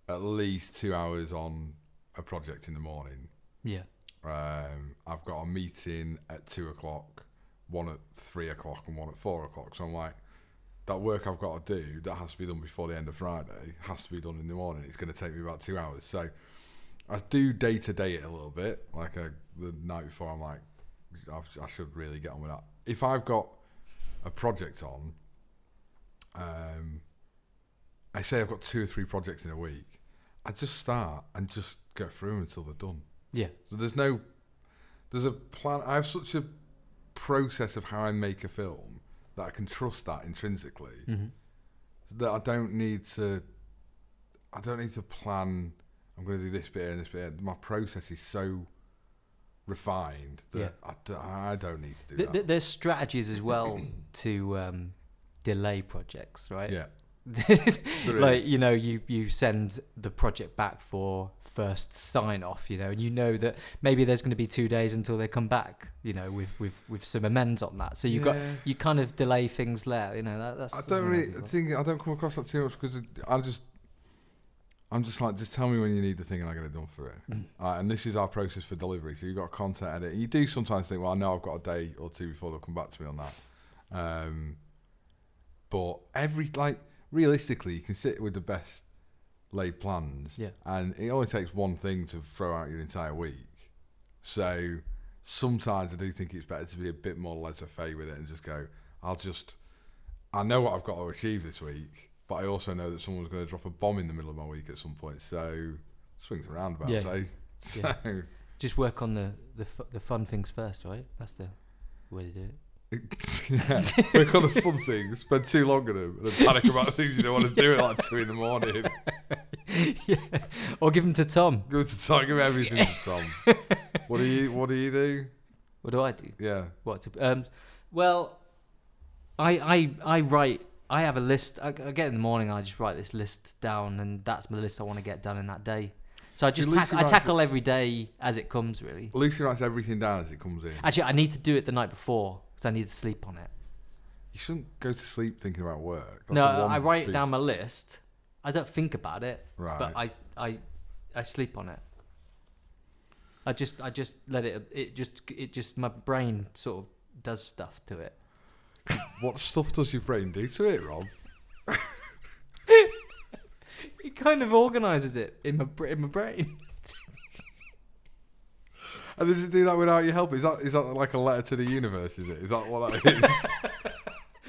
Speaker 2: at least two hours on a project in the morning.
Speaker 1: Yeah.
Speaker 2: Um, I've got a meeting at two o'clock, one at three o'clock, and one at four o'clock. So I'm like, that work I've got to do that has to be done before the end of Friday has to be done in the morning. It's going to take me about two hours. So I do day to day it a little bit. Like I, the night before, I'm like, I've, I should really get on with that. If I've got a project on, um, I say I've got two or three projects in a week. I just start and just go through 'em until they're done.
Speaker 1: Yeah.
Speaker 2: So there's no, there's a plan. I have such a process of how I make a film that I can trust that intrinsically
Speaker 1: Mm-hmm.
Speaker 2: that I don't need to. I don't need to plan. I'm going to do this bit here and this bit. Here. My process is so refined that
Speaker 1: Yeah.
Speaker 2: I, d- I don't need to do
Speaker 1: Th-
Speaker 2: that.
Speaker 1: th- there's strategies as well to um, delay projects, right?
Speaker 2: yeah, There
Speaker 1: like
Speaker 2: is.
Speaker 1: you know you you send the project back for first sign off you know and you know that maybe there's going to be two days until they come back you know with with with some amends on that so you got
Speaker 2: Yeah.
Speaker 1: you kind of delay things there you know that, that's
Speaker 2: I
Speaker 1: that's
Speaker 2: don't
Speaker 1: what
Speaker 2: really
Speaker 1: do.
Speaker 2: think I don't come across that too much because I just I'm just like just tell me when you need the thing and I get it done for it. Uh, and this is our process for delivery. So you've got a content edit. You do sometimes think, well, I know I've got a day or two before they'll come back to me on that. Um, but every like realistically, you can sit with the best laid plans.
Speaker 1: Yeah.
Speaker 2: And it only takes one thing to throw out your entire week. So sometimes I do think it's better to be a bit more laissez faire with it and just go, I'll just, I know what I've got to achieve this week, but I also know that someone's going to drop a bomb in the middle of my week at some point. So swings eh? around about.
Speaker 1: Yeah.
Speaker 2: So, so
Speaker 1: Yeah. just work on the the, fu- the fun things first right that's the way to do it
Speaker 2: yeah, work on the fun things, spend too long on them, and then panic about the things you don't want to do at like two in the morning.
Speaker 1: or give them to tom
Speaker 2: Go to Tom, give everything to Tom. What do you, what do you do?
Speaker 1: what do i do
Speaker 2: Yeah.
Speaker 1: What? To, um, well, I I I write. I have a list. I, I get in the morning. and I just write this list down, and that's my list I want to get done in that day. So I
Speaker 2: See,
Speaker 1: just
Speaker 2: Lucy
Speaker 1: tack- I
Speaker 2: writes
Speaker 1: tackle every day as it comes. Really,
Speaker 2: Lucy writes everything down as it comes in.
Speaker 1: actually, I need to do it the night before because I need to sleep on it.
Speaker 2: You shouldn't go to sleep thinking about work. That's
Speaker 1: no,
Speaker 2: the one
Speaker 1: I write
Speaker 2: big-
Speaker 1: down my list. I don't think about it,
Speaker 2: Right.
Speaker 1: but I I I sleep on it. I just I just let it it just it just my brain sort of does stuff to it.
Speaker 2: what stuff does your brain do to it, Rob?
Speaker 1: It kind of organizes it in my br- in my brain.
Speaker 2: And does it do that without your help? Is that is that like a letter to the universe? Is it? Is that what that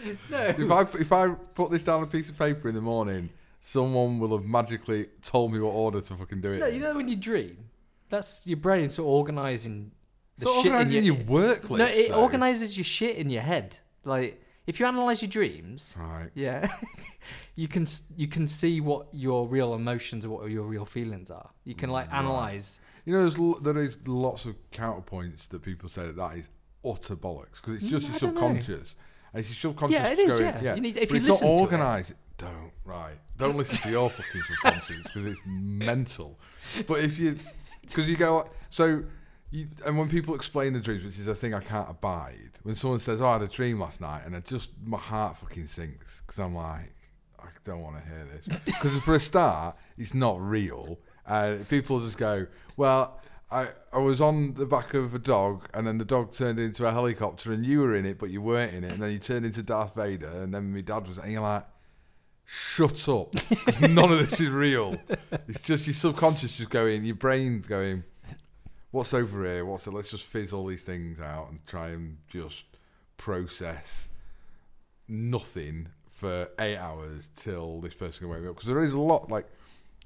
Speaker 2: is?
Speaker 1: No.
Speaker 2: if I if I put this down on a piece of paper in the morning, someone will have magically told me what order to fucking do it.
Speaker 1: No,
Speaker 2: in.
Speaker 1: you know when you dream, that's your brain sort of organising the
Speaker 2: Not
Speaker 1: shit in
Speaker 2: organising
Speaker 1: your,
Speaker 2: your work list.
Speaker 1: no, it
Speaker 2: though.
Speaker 1: organizes your shit in your head. Like if you analyze your dreams,
Speaker 2: Right.
Speaker 1: yeah, you can s- you can see what your real emotions or what your real feelings are. You can like
Speaker 2: Right.
Speaker 1: analyze.
Speaker 2: You know, there's l- there is lots of counterpoints that people say that, that is utter bollocks because it's just
Speaker 1: Mm,
Speaker 2: your
Speaker 1: I don't know.
Speaker 2: subconscious. And it's your subconscious.
Speaker 1: Yeah, it is,
Speaker 2: going-
Speaker 1: yeah. You need- if
Speaker 2: but
Speaker 1: you
Speaker 2: it's
Speaker 1: listen
Speaker 2: not
Speaker 1: to it-
Speaker 2: organised. Don't right. Don't listen to your fucking subconscious because it's mental. But if you, because you go so. You, and when people explain the dreams, which is a thing I can't abide, when someone says, "Oh, I had a dream last night," and I just my heart fucking sinks because I'm like, I don't want to hear this because for a start, it's not real, and people just go, "Well, I I was on the back of a dog, and then the dog turned into a helicopter, and you were in it, but you weren't in it, and then you turned into Darth Vader, and then my dad was," and you're like, "Shut up! 'cause None of this is real. It's just your subconscious just going, your brain's going." What's over here? What's it? Let's just fizz all these things out and try and just process nothing for eight hours till this person can wake me up. Because there is a lot, like,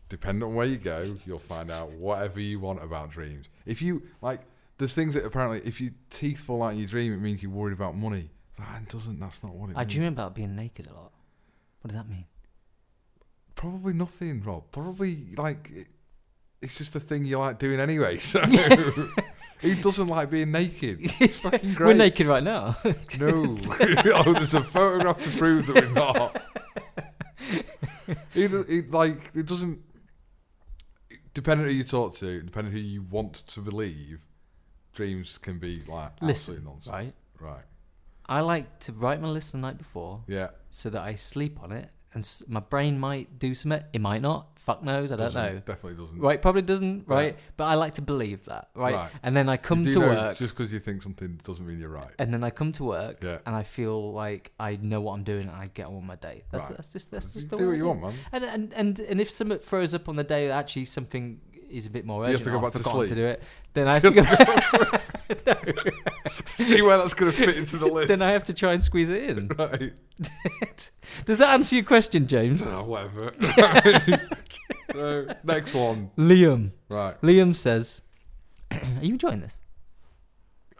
Speaker 2: depending on where you go, you'll find out whatever you want about dreams. If you, like, there's things that apparently, if your teeth fall out in your dream, it means you're worried about money. That doesn't, that's not what it
Speaker 1: I
Speaker 2: means.
Speaker 1: dream about being naked a lot. What does that mean?
Speaker 2: Probably nothing, Rob. Probably, like, it, it's just a thing you like doing anyway. So, who doesn't like being naked? It's fucking great.
Speaker 1: We're naked right now.
Speaker 2: No. oh, there's a photograph to prove that we're not. Either, it, like, it doesn't. Depending who you talk to, depending who you want to believe, dreams can be like absolute
Speaker 1: Listen,
Speaker 2: nonsense.
Speaker 1: right?
Speaker 2: Right.
Speaker 1: I like to write my list the night before
Speaker 2: Yeah.
Speaker 1: so that I sleep on it, and s- my brain might do something. It might not. Fuck knows. I don't
Speaker 2: doesn't-
Speaker 1: know.
Speaker 2: Definitely doesn't.
Speaker 1: Right? Probably doesn't.
Speaker 2: Yeah.
Speaker 1: Right? But I like to believe that. Right?
Speaker 2: Right.
Speaker 1: And then I
Speaker 2: You
Speaker 1: come
Speaker 2: do
Speaker 1: to
Speaker 2: know
Speaker 1: work,
Speaker 2: Just because you think something doesn't mean you're right.
Speaker 1: and then I come to work,
Speaker 2: Yeah.
Speaker 1: and I feel like I know what I'm doing, and I get on with my day. That's
Speaker 2: Right.
Speaker 1: that's just that's
Speaker 2: You
Speaker 1: just the
Speaker 2: do
Speaker 1: way
Speaker 2: what you
Speaker 1: it
Speaker 2: want,
Speaker 1: is.
Speaker 2: man.
Speaker 1: And and and and if something throws up on the day that actually something is a bit more
Speaker 2: You have
Speaker 1: urgent,
Speaker 2: to go
Speaker 1: or I've
Speaker 2: back to
Speaker 1: forgotten
Speaker 2: sleep.
Speaker 1: do it. Then I have to go.
Speaker 2: See where that's going to fit into the list.
Speaker 1: then I have to try and squeeze it in.
Speaker 2: right.
Speaker 1: Does that answer your question, James?
Speaker 2: Oh, whatever. so, next one.
Speaker 1: Liam.
Speaker 2: Right.
Speaker 1: Liam says, "Are you enjoying this?"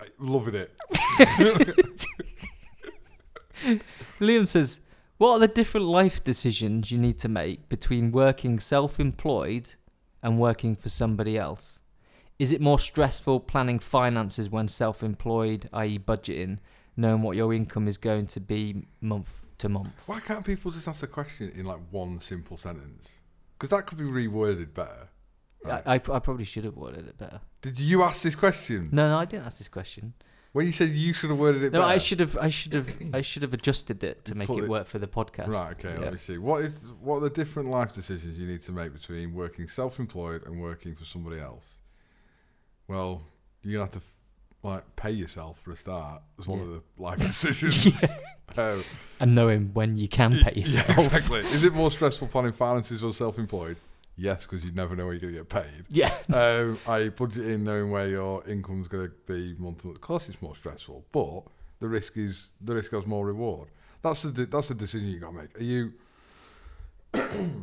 Speaker 2: I- Loving it.
Speaker 1: Liam says, "What are the different life decisions you need to make between working self-employed and working for somebody else? Is it more stressful planning finances when self-employed, i.e., budgeting, knowing what your income is going to be month to month?"
Speaker 2: Why can't people just ask the question in like one simple sentence? Because that could be reworded better. Right.
Speaker 1: I, I, I probably should have worded it better.
Speaker 2: Did you ask this question?
Speaker 1: No, no, I didn't ask this question.
Speaker 2: When you said you should have worded it
Speaker 1: No,
Speaker 2: better.
Speaker 1: I should have, I should have, I should have adjusted it to
Speaker 2: You
Speaker 1: make
Speaker 2: thought
Speaker 1: it
Speaker 2: it-
Speaker 1: work for the podcast.
Speaker 2: Right, okay,
Speaker 1: Yeah.
Speaker 2: let me see. What is what are the different life decisions you need to make between working self employed and working for somebody else? Well, you're gonna have to like pay yourself for a start as one
Speaker 1: Yeah.
Speaker 2: of the life decisions. Um,
Speaker 1: and knowing when you can pay
Speaker 2: Yeah,
Speaker 1: yourself.
Speaker 2: exactly. Is it more stressful planning finances or self-employed? Yes, because you never know where you're going to get paid.
Speaker 1: Yeah.
Speaker 2: Um, I budget in knowing where your income's going to be month to month. Of course, it's more stressful, but the risk is the risk has more reward. That's the de- that's the decision you got to make. Are you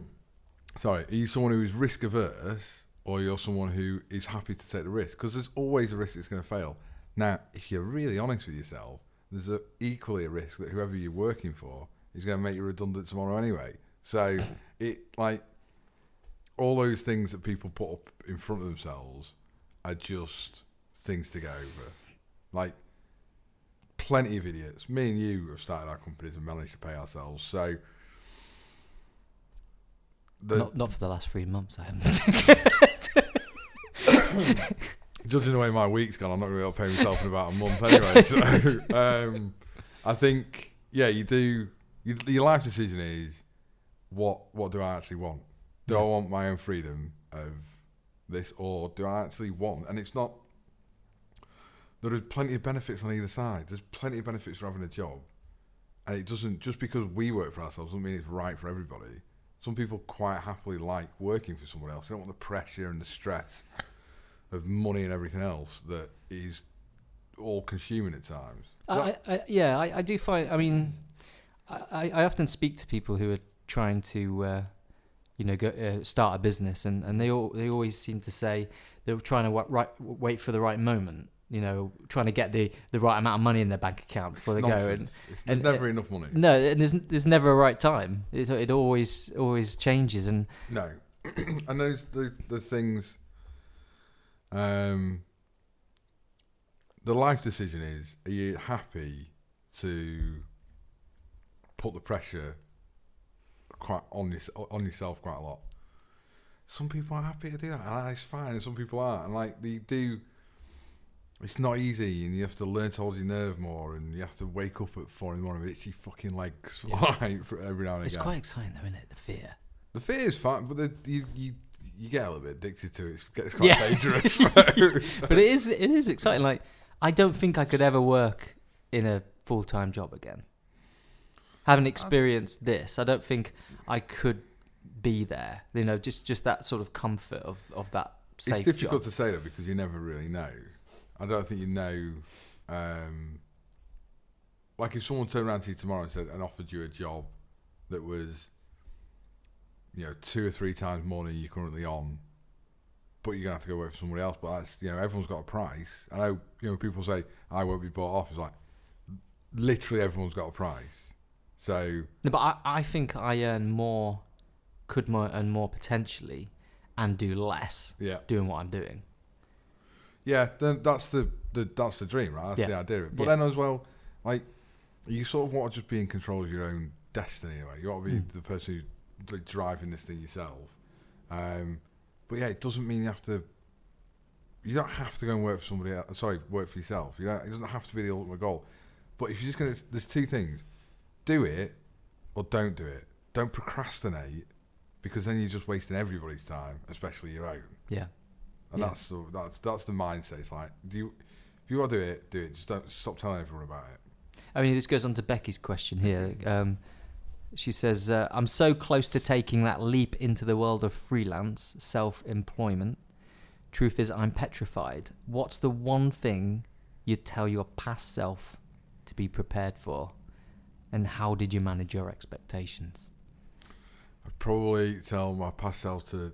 Speaker 2: sorry? Are you someone who is risk averse, or you're someone who is happy to take the risk? Because there's always a risk it's going to fail. Now, if you're really honest with yourself, there's a, equally a risk that whoever you're working for is going to make you redundant tomorrow anyway. So it like all those things that people put up in front of themselves are just things to go over. Like plenty of idiots. Me and you have started our companies and managed to pay ourselves. So the,
Speaker 1: not, not for the last three months, I haven't.
Speaker 2: judging the way my week's gone, I'm not going to be able to pay myself in about a month anyway. So, um, I think, yeah, you do. You, your life decision is what what do I actually want? Do I
Speaker 1: Yeah.
Speaker 2: want my own freedom of this, or do I actually want? And it's not. There are plenty of benefits on either side. There's plenty of benefits for having a job, and it doesn't just because we work for ourselves doesn't mean it's right for everybody. Some people quite happily like working for someone else. They don't want the pressure and the stress of money and everything else that is all consuming at times.
Speaker 1: I, I, I- yeah, I, I do find. I mean, I, I- I often speak to people who are trying to, uh, you know, go uh, start a business, and, and they all they always seem to say they're trying to wa- right, wait for the right moment. you know, trying to get the, the right amount of money in their bank account before
Speaker 2: It's
Speaker 1: they go. And
Speaker 2: nonsense. It's- there's
Speaker 1: and-
Speaker 2: never enough money.
Speaker 1: no, and there's there's never a right time. It, it always always changes, and
Speaker 2: No, and those the the things. Um. The life decision is: Are you happy to put the pressure quite on this on yourself quite a lot? Some people are happy to do that, and that's fine. And some people aren't, and like they do. It's not easy, and you have to learn to hold your nerve more, and you have to wake up at four in the morning with itchy fucking legs, like for every now and
Speaker 1: it's
Speaker 2: again.
Speaker 1: quite exciting, though, isn't it? The fear.
Speaker 2: The fear is fine, but the, you, you you get a little bit addicted to it. It's, it's quite
Speaker 1: Yeah.
Speaker 2: dangerous.
Speaker 1: but it is it is exciting. Like I don't think I could ever work in a full time job again. Having experienced this, I don't think I could be there. You know, just just that sort of comfort of of that
Speaker 2: it's
Speaker 1: safe
Speaker 2: difficult
Speaker 1: job.
Speaker 2: to say that because you never really know. I don't think you know. Um, like if someone turned around to you tomorrow and said and offered you a job that was, you know, two or three times more than you're currently on, but you're gonna have to go work for somebody else. But that's you know, everyone's got a price. I know you know people say I won't be bought off. It's like literally everyone's got a price. So
Speaker 1: No, but I, I think I earn more, could more earn more potentially, and do less
Speaker 2: yeah.
Speaker 1: doing what I'm doing.
Speaker 2: Yeah, then that's the, the that's the dream, right? That's
Speaker 1: Yeah.
Speaker 2: the idea. of it. But
Speaker 1: Yeah.
Speaker 2: then as well, like you sort of want to just be in control of your own destiny. Like you want to be
Speaker 1: Mm.
Speaker 2: the person who's like, driving this thing yourself. Um, but yeah, it doesn't mean you have to. You don't have to go and work for somebody else. Sorry, work for yourself. You don't, it doesn't have to be the ultimate goal. But if you're just gonna, there's two things: do it or don't do it. Don't procrastinate because then you're just wasting everybody's time, especially your own.
Speaker 1: Yeah.
Speaker 2: And
Speaker 1: Yeah.
Speaker 2: that's the that's that's the mindset. It's like do you if you want to do it, do it. Just don't stop telling everyone about it.
Speaker 1: I mean, this goes on to Becky's question here. Um, she says, uh, I'm so close to taking that leap into the world of freelance self employment. Truth is, I'm petrified. What's the one thing you'd tell your past self to be prepared for? And how did you manage your expectations?
Speaker 2: I'd probably tell my past self to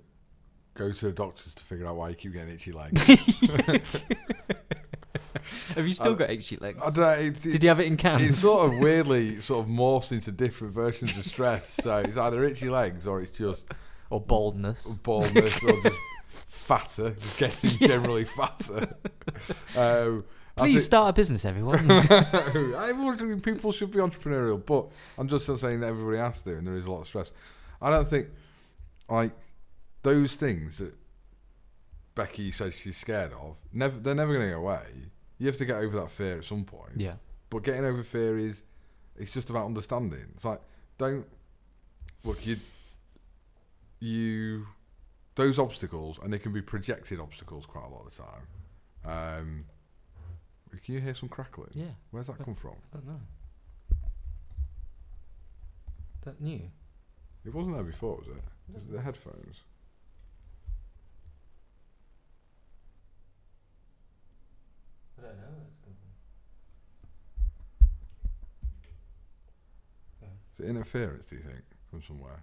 Speaker 2: go to the doctors to figure out why you keep getting itchy legs.
Speaker 1: Have you still
Speaker 2: still I-
Speaker 1: got itchy legs?
Speaker 2: Uh, I don't know, it, it,
Speaker 1: Did you have it in
Speaker 2: it
Speaker 1: cans?
Speaker 2: sort of weirdly sort of morphs into different versions of stress. So it's either itchy legs or it's just
Speaker 1: or baldness?
Speaker 2: baldness or just fatter, just getting generally fatter. Um, I
Speaker 1: Please
Speaker 2: think-
Speaker 1: start a business, everyone.
Speaker 2: I'm wondering people should be entrepreneurial, but I'm just not saying that everybody has to, and there is a lot of stress. I don't think like those things that Becky says she's scared of. Never, they're never going to go away. You have to get over that fear at some point.
Speaker 1: yeah.
Speaker 2: But getting over fear is, it's just about understanding. It's like don't look you, you, those obstacles, and they can be projected obstacles quite a lot of the time. Um, can you hear some crackling?
Speaker 1: Yeah.
Speaker 2: Where's that come from?
Speaker 1: I don't know. That new.
Speaker 2: It wasn't there before, was it? Was it the headphones?
Speaker 1: I don't know where it's come
Speaker 2: Is it interference, do you think, from somewhere?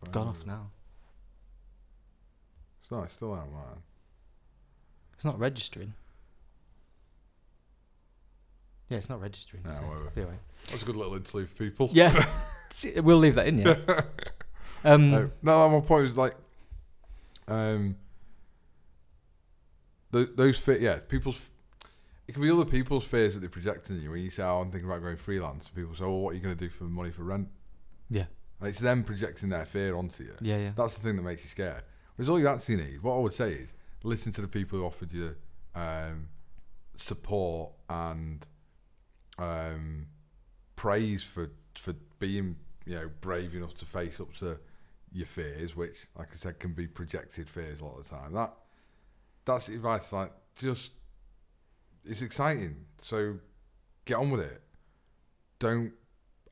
Speaker 1: from.
Speaker 2: Phone
Speaker 1: Gone
Speaker 2: or-
Speaker 1: off now.
Speaker 2: It's not, it's still out of mine.
Speaker 1: It's not registering. Yeah, it's not registering.
Speaker 2: Ah,
Speaker 1: so-
Speaker 2: whatever.
Speaker 1: Anyway.
Speaker 2: That's a good little interlude for people.
Speaker 1: Yeah. See, we'll leave that in, yeah. Um,
Speaker 2: No, no, my point is like, um, th- those fear, yeah, people's, it can be other people's fears that they project on you. When you say, "Oh, I'm thinking about going freelance," people say, "Well, what are you going to do for money for rent?"
Speaker 1: Yeah.
Speaker 2: and it's them projecting their fear onto you.
Speaker 1: Yeah, yeah.
Speaker 2: That's the thing that makes you scared. Whereas all you actually need, what I would say is, listen to the people who offered you um, support and um, praise for for being you know brave enough to face up to your fears, which, like I said, can be projected fears a lot of the time. That that's the advice. Like, just it's exciting, so get on with it. Don't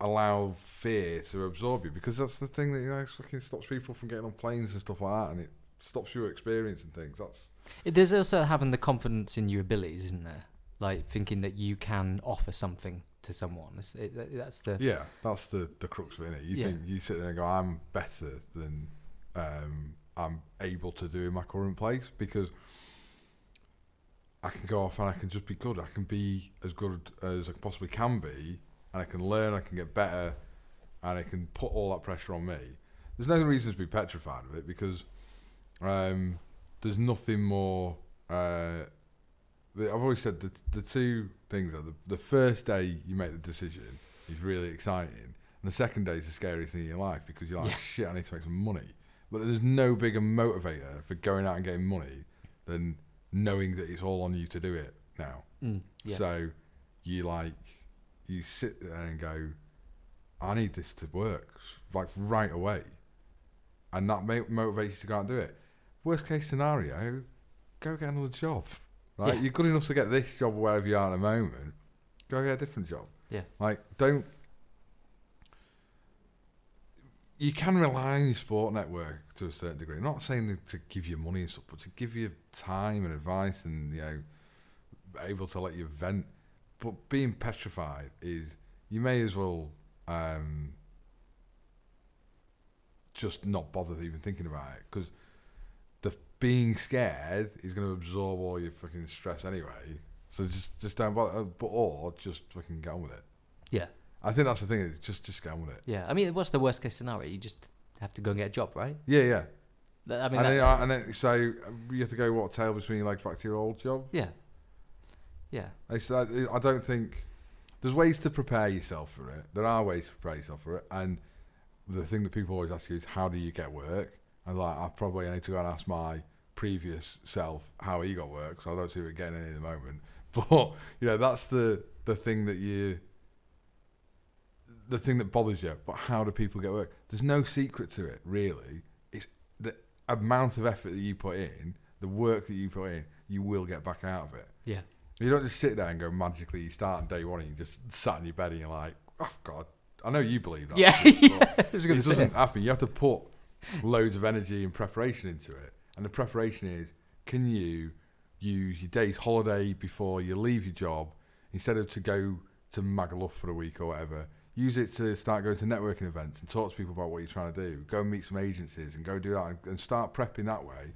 Speaker 2: allow fear to absorb you because that's the thing that you know, fucking stops people from getting on planes and stuff like that, and it stops you experiencing things. That's
Speaker 1: It- There's also having the confidence in your abilities, isn't there? Like thinking that you can offer something to someone. It's, it, that- that's the.
Speaker 2: yeah, that's the the crux of it. Innit? You
Speaker 1: Yeah.
Speaker 2: think you sit there and go, I'm better than um, I'm able to do in my current place because I can go off and I can just be good. I can be as good as I possibly can be, and I can learn. I can get better, and I can put all that pressure on me. There's no reason to be petrified of it because um, there's nothing more. Uh, the, I've always said the the two things are the, the first day you make the decision is really exciting, and the second day is the scariest thing in your life because you're like,
Speaker 1: Yeah.
Speaker 2: shit, I need to make some money. But there's no bigger motivator for going out and getting money than knowing that it's all on you to do it now.
Speaker 1: Mm, yeah.
Speaker 2: So you like you sit there and go, I need this to work like right away, and that ma- motivates you to go out and do it. Worst case scenario, go get another job. Right,
Speaker 1: Yeah.
Speaker 2: you're good enough to get this job wherever you are at the moment. Go get a different job.
Speaker 1: Yeah.
Speaker 2: like don't. You can rely on your sport network to a certain degree. I'm not saying that to give you money and stuff, but to give you time and advice and you know able to let you vent. But being petrified is you may as well um, just not bother even thinking about it because the being scared is going to absorb all your fucking stress anyway. So just just don't bother, but or just fucking get on with it.
Speaker 1: Yeah.
Speaker 2: I think that's the thing. Is just just get on with it.
Speaker 1: Yeah. I mean, what's the worst case scenario? You just have to go and get a job, right?
Speaker 2: Yeah, yeah.
Speaker 1: Th- I mean,
Speaker 2: and,
Speaker 1: that-
Speaker 2: then, uh, and then, so you have to go what tail between your legs back to your old job.
Speaker 1: yeah. Yeah.
Speaker 2: I said, I don't think there's ways to prepare yourself for it. There are ways to prepare yourself for it, and the thing that people always ask you is, "How do you get work?" And like, I probably need to go and ask my previous self how he got work because I don't see it getting any at the moment. But you know, that's the the thing that you the thing that bothers you. But how do people get work? There's no secret to it, really. It's the amount of effort that you put in, the work that you put in, you will get back out of it.
Speaker 1: Yeah.
Speaker 2: You don't just sit there and go magically. You start on day one and you just sat in your bed and you're like, oh God, I know you believe that.
Speaker 1: Yeah.
Speaker 2: but
Speaker 1: I was
Speaker 2: it
Speaker 1: gonna say.
Speaker 2: doesn't happen. You have to put loads of energy and preparation into it. And the preparation is, can you use your day's holiday before you leave your job instead of to go to Magaluf for a week or whatever? Use it to start going to networking events and talk to people about what you're trying to do. Go and meet some agencies and go do that and, and start prepping that way.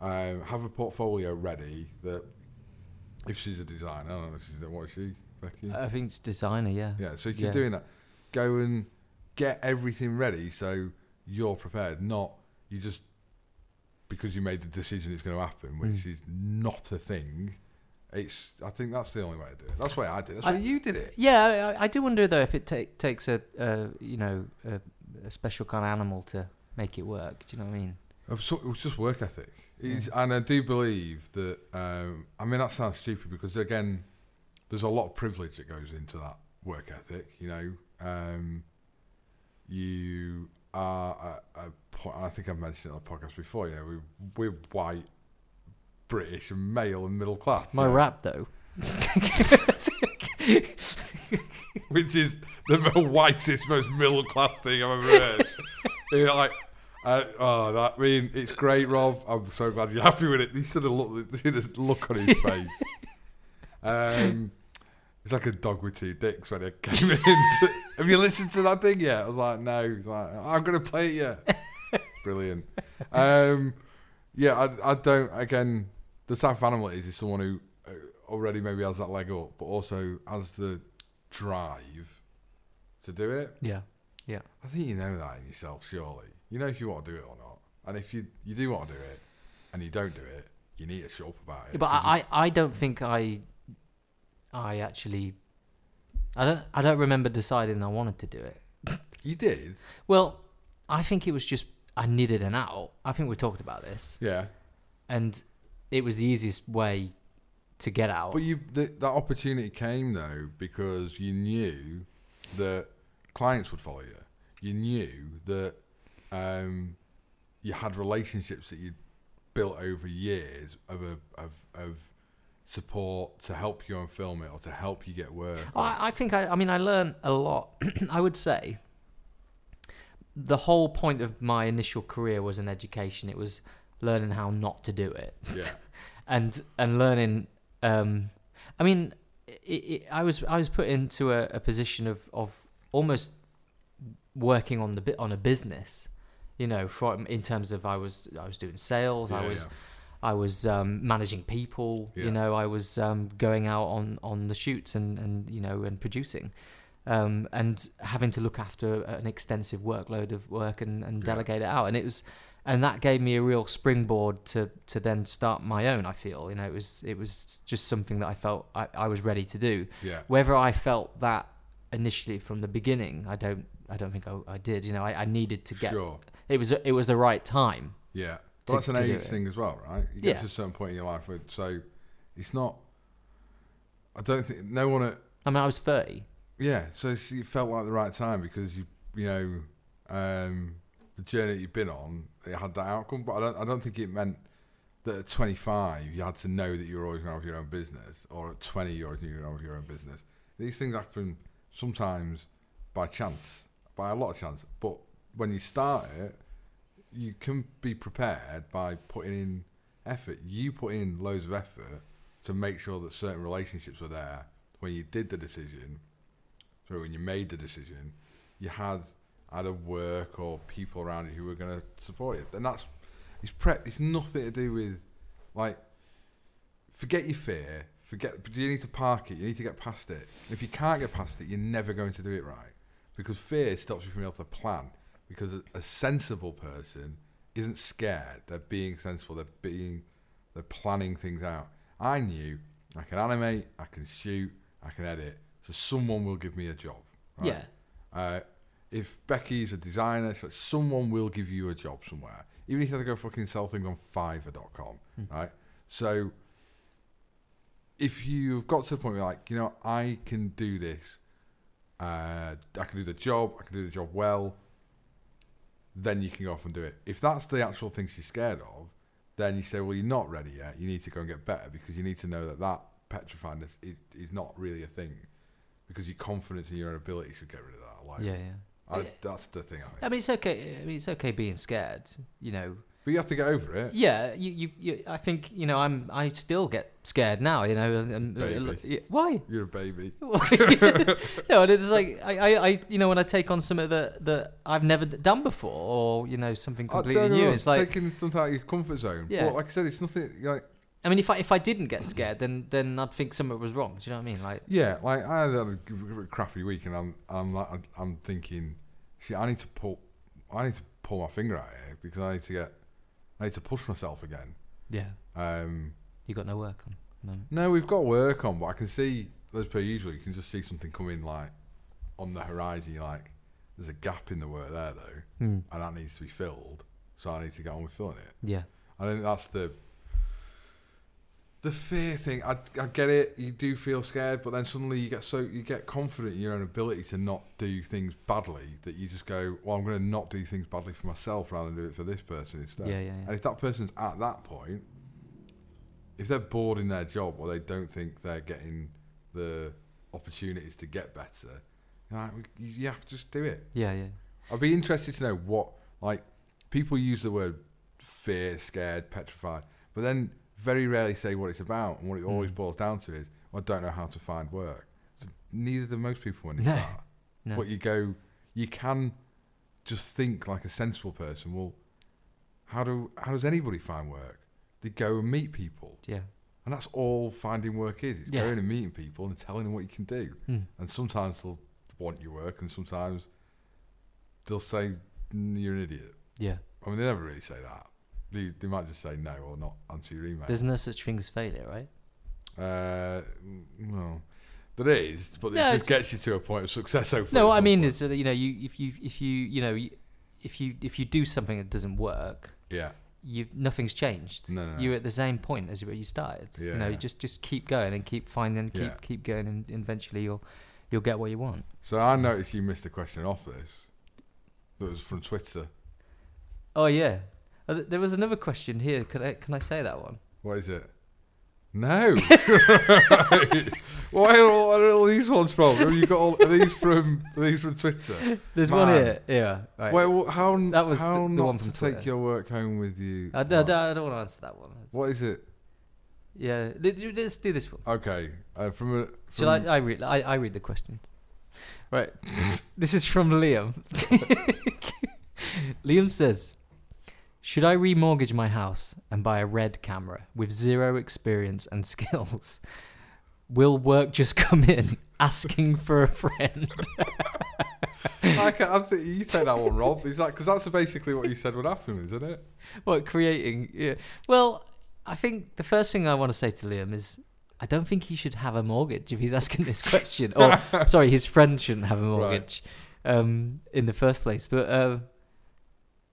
Speaker 2: Um, have a portfolio ready that if she's a designer, I don't know if she's what is she, Becky?
Speaker 1: I think it's designer. Yeah.
Speaker 2: Yeah, so you keep
Speaker 1: Yeah.
Speaker 2: doing that. Go and get everything ready so you're prepared, not you just because you made the decision it's going to happen, which
Speaker 1: Mm.
Speaker 2: is not a thing. It's I think that's the only way to do it. That's the way I did. it. That's
Speaker 1: I-
Speaker 2: why you did it.
Speaker 1: Yeah, I- I, I do wonder though if it take, takes a uh, you know a, a special kind of animal to make it work. Do you know what I mean?
Speaker 2: Of so- It was just work ethic. It's, And I do believe that, um, I mean, that sounds stupid because, again, there's a lot of privilege that goes into that work ethic, you know. Um, you are at a point, and I think I've mentioned it on the podcast before, you know, we, we're white, British, and male and middle class.
Speaker 1: My
Speaker 2: you know,
Speaker 1: rap though.
Speaker 2: Which is the mo- whitest, most middle class thing I've ever heard. you know, like, I, oh, that, I mean, it's great, Rob. I'm so glad you're happy with it. You should have looked see the look on his face. Um, it's like a dog with two dicks when it came in. Have you listened to that thing yet? I was like, no. He's like, I'm gonna play it. Yeah, brilliant. Um, yeah, I, I don't. Again, the type of animal it is is someone who uh, already maybe has that leg up, but also has the drive to do it.
Speaker 1: yeah.
Speaker 2: I think you know that in yourself, surely. You know if you want to do it or not. And if you you do want to do it and you don't do it, you need to shut up about it.
Speaker 1: But
Speaker 2: 'Cause
Speaker 1: I, I, I don't think I I actually I don't I don't remember deciding I wanted to do it.
Speaker 2: you, you did.
Speaker 1: Well, I think it was just I needed an out. I think we talked about this,
Speaker 2: Yeah.
Speaker 1: and it was the easiest way to get out.
Speaker 2: But you th- that opportunity came though because you knew that clients would follow you. You knew that um, you had relationships that you'd built over years of a, of of support to help you on film it or to help you get work.
Speaker 1: Oh, I, I think I, I mean I learned a lot. I would say the whole point of my initial career was in education. It was learning how not to do it,
Speaker 2: yeah.
Speaker 1: and and learning. Um, I mean, it, it, I was I was put into a, a position of of almost working on the bit on a business, you know, from in terms of I was I was doing sales.
Speaker 2: yeah,
Speaker 1: I was
Speaker 2: yeah.
Speaker 1: I was um, managing people.
Speaker 2: Yeah.
Speaker 1: You know, I was um, going out on on the shoots and and you know and producing. Um, and having to look after an extensive workload of work and, and
Speaker 2: Yeah.
Speaker 1: delegate it out, and it was, and that gave me a real springboard to to then start my own. I feel, you know, it was it was just something that I felt I, I was ready to do
Speaker 2: Yeah.
Speaker 1: whether I felt that initially from the beginning, I don't, I don't think I, I did. You know, I, I needed to get.
Speaker 2: Sure.
Speaker 1: It was, it was the right time.
Speaker 2: Yeah.
Speaker 1: to-
Speaker 2: Well, that's an
Speaker 1: to do
Speaker 2: age
Speaker 1: it.
Speaker 2: thing as well, right? You get
Speaker 1: Yeah.
Speaker 2: to a certain point in your life where so it's not. I don't think no one at
Speaker 1: I mean, I was thirty.
Speaker 2: yeah. So it's, it felt like the right time because you you know um, the journey that you've been on it had that outcome, but I don't I don't think it meant that at 25 you had to know that you were always going to have your own business, or at 20 you always knew you were going to have your own business. These things happen sometimes by chance, by a lot of chance. But when you start it, you can be prepared by putting in effort. You put in loads of effort to make sure that certain relationships were there when you did the decision. So when you made the decision, you had either work or people around you who were going to support you. And that's it's prep. It's nothing to do with like forget your fear. Forget. But you need to park it. You need to get past it. If you can't get past it, you're never going to do it right because fear stops you from being able to plan. Because a, a sensible person isn't scared. They're being sensible. They're being they're planning things out. I knew I can animate. I can shoot. I can edit. So someone will give me a job. right?
Speaker 1: Yeah,
Speaker 2: Uh, if Becky's a designer, so someone will give you a job somewhere. Even if you have to go fucking sell things on Fiverr.com,
Speaker 1: Mm.
Speaker 2: right? So if you've got to the point where you're like, you know, I can do this, uh, I can do the job, I can do the job well, then you can go off and do it. If that's the actual thing she's scared of, then you say, well, you're not ready yet. You need to go and get better because you need to know that that petrifyingness is, is not really a thing because your confidence in your own ability should get rid of that. Like,
Speaker 1: yeah, yeah.
Speaker 2: I,
Speaker 1: Yeah.
Speaker 2: That's the thing. I think.
Speaker 1: I mean, it's okay. I mean, it's okay being scared. You know.
Speaker 2: But you have to get over it.
Speaker 1: Yeah, you, you, you I think you know. I'm, I still get scared now. You know. And, and- uh,
Speaker 2: Baby.
Speaker 1: yeah, why?
Speaker 2: You're a baby.
Speaker 1: no, and it's like I, I, I, you know, when I take on something that that I've never done before, or you know, something
Speaker 2: I don't
Speaker 1: completely new,
Speaker 2: know,
Speaker 1: it's like
Speaker 2: taking something out of your comfort zone.
Speaker 1: Yeah.
Speaker 2: But like I said, it's nothing like
Speaker 1: I mean, if I if I didn't get scared, then then I'd think something was wrong. Do you know what I mean? Like,
Speaker 2: yeah. Like I had a g- g- crappy week, and I'm I'm like, I'm- I'm thinking, shit. I need to pull. I need to pull my finger out here because I need to get. I need to push myself again.
Speaker 1: yeah,
Speaker 2: Um,
Speaker 1: you got no work on. at the moment.
Speaker 2: No, we've got work on, but I can see, as per usual, you can just see something coming like on the horizon. You're like, there's a gap in the work there though,
Speaker 1: Hmm,
Speaker 2: and that needs to be filled. So I need to get on with filling it.
Speaker 1: yeah,
Speaker 2: I think that's the the fear thing. I, I get it. You do feel scared, but then suddenly you get so you get confident in your own ability to not do things badly that you just go, well, I'm going to not do things badly for myself rather than do it for this person instead.
Speaker 1: yeah, yeah, yeah.
Speaker 2: And if that person's at that point, if they're bored in their job or they don't think they're getting the opportunities to get better, you're like, you you have to just do it.
Speaker 1: yeah, yeah,
Speaker 2: I'd be interested to know what, like, people use the word fear, scared, petrified, but then very rarely say what it's about. And what it always
Speaker 1: Mm.
Speaker 2: boils down to is, I don't know how to find work. So neither do most people when they
Speaker 1: No.
Speaker 2: start.
Speaker 1: No.
Speaker 2: But you go, you can just think like a sensible person. Well, how do how does anybody find work? They go and meet people,
Speaker 1: yeah.
Speaker 2: and that's all finding work is. It's
Speaker 1: Yeah.
Speaker 2: going and meeting people and telling them what you can do.
Speaker 1: Hmm.
Speaker 2: And sometimes they'll want your work, and sometimes they'll say "Mm, you're an idiot.
Speaker 1: yeah.
Speaker 2: I mean, they never really say that. They, they might just say no or not answer your email.
Speaker 1: There's no such thing as failure, right?
Speaker 2: uh, mm, well, there is, but it
Speaker 1: No,
Speaker 2: just gets you to a point of success. Hopefully,
Speaker 1: No, what I
Speaker 2: at some
Speaker 1: mean
Speaker 2: point.
Speaker 1: is that you know, you if you if you you know, you- if you if you do something that doesn't work,
Speaker 2: yeah,
Speaker 1: you nothing's changed.
Speaker 2: No, no, no.
Speaker 1: You're at the same point as you where you started. You know,
Speaker 2: Yeah.
Speaker 1: you just just keep going and keep finding, keep
Speaker 2: Yeah.
Speaker 1: keep going, and eventually you'll you'll get what you want.
Speaker 2: So I noticed you missed a question off this. That was from Twitter.
Speaker 1: Oh yeah. Uh, th- There was another question here. Can I can I say that one?
Speaker 2: What is it? No. Why are all, are all these ones from? Have you got all are these from are these from Twitter?
Speaker 1: There's one
Speaker 2: Man.
Speaker 1: here. Yeah. Right.
Speaker 2: Wait, well, how n-
Speaker 1: That was
Speaker 2: how
Speaker 1: the- the
Speaker 2: not
Speaker 1: one
Speaker 2: to
Speaker 1: from
Speaker 2: take
Speaker 1: Twitter.
Speaker 2: your work home with you?
Speaker 1: I, d- I d- I don't want to answer that one.
Speaker 2: What is it?
Speaker 1: Yeah. let- you- Let's do this one.
Speaker 2: Okay, uh, from a. From,
Speaker 1: Shall I? I read. I, I read the question. Right. this is from Liam. Liam says, Should I remortgage my house and buy a red camera with zero experience and skills? Will work just come in asking for a friend?
Speaker 2: Like, I think you said that one, Rob. Is that because that's basically what you said would happen, isn't it?
Speaker 1: what creating? Yeah. Well, I think the first thing I want to say to Liam is I don't think he should have a mortgage if he's asking this question. or sorry, his friend shouldn't have a mortgage um, in the first place. But uh,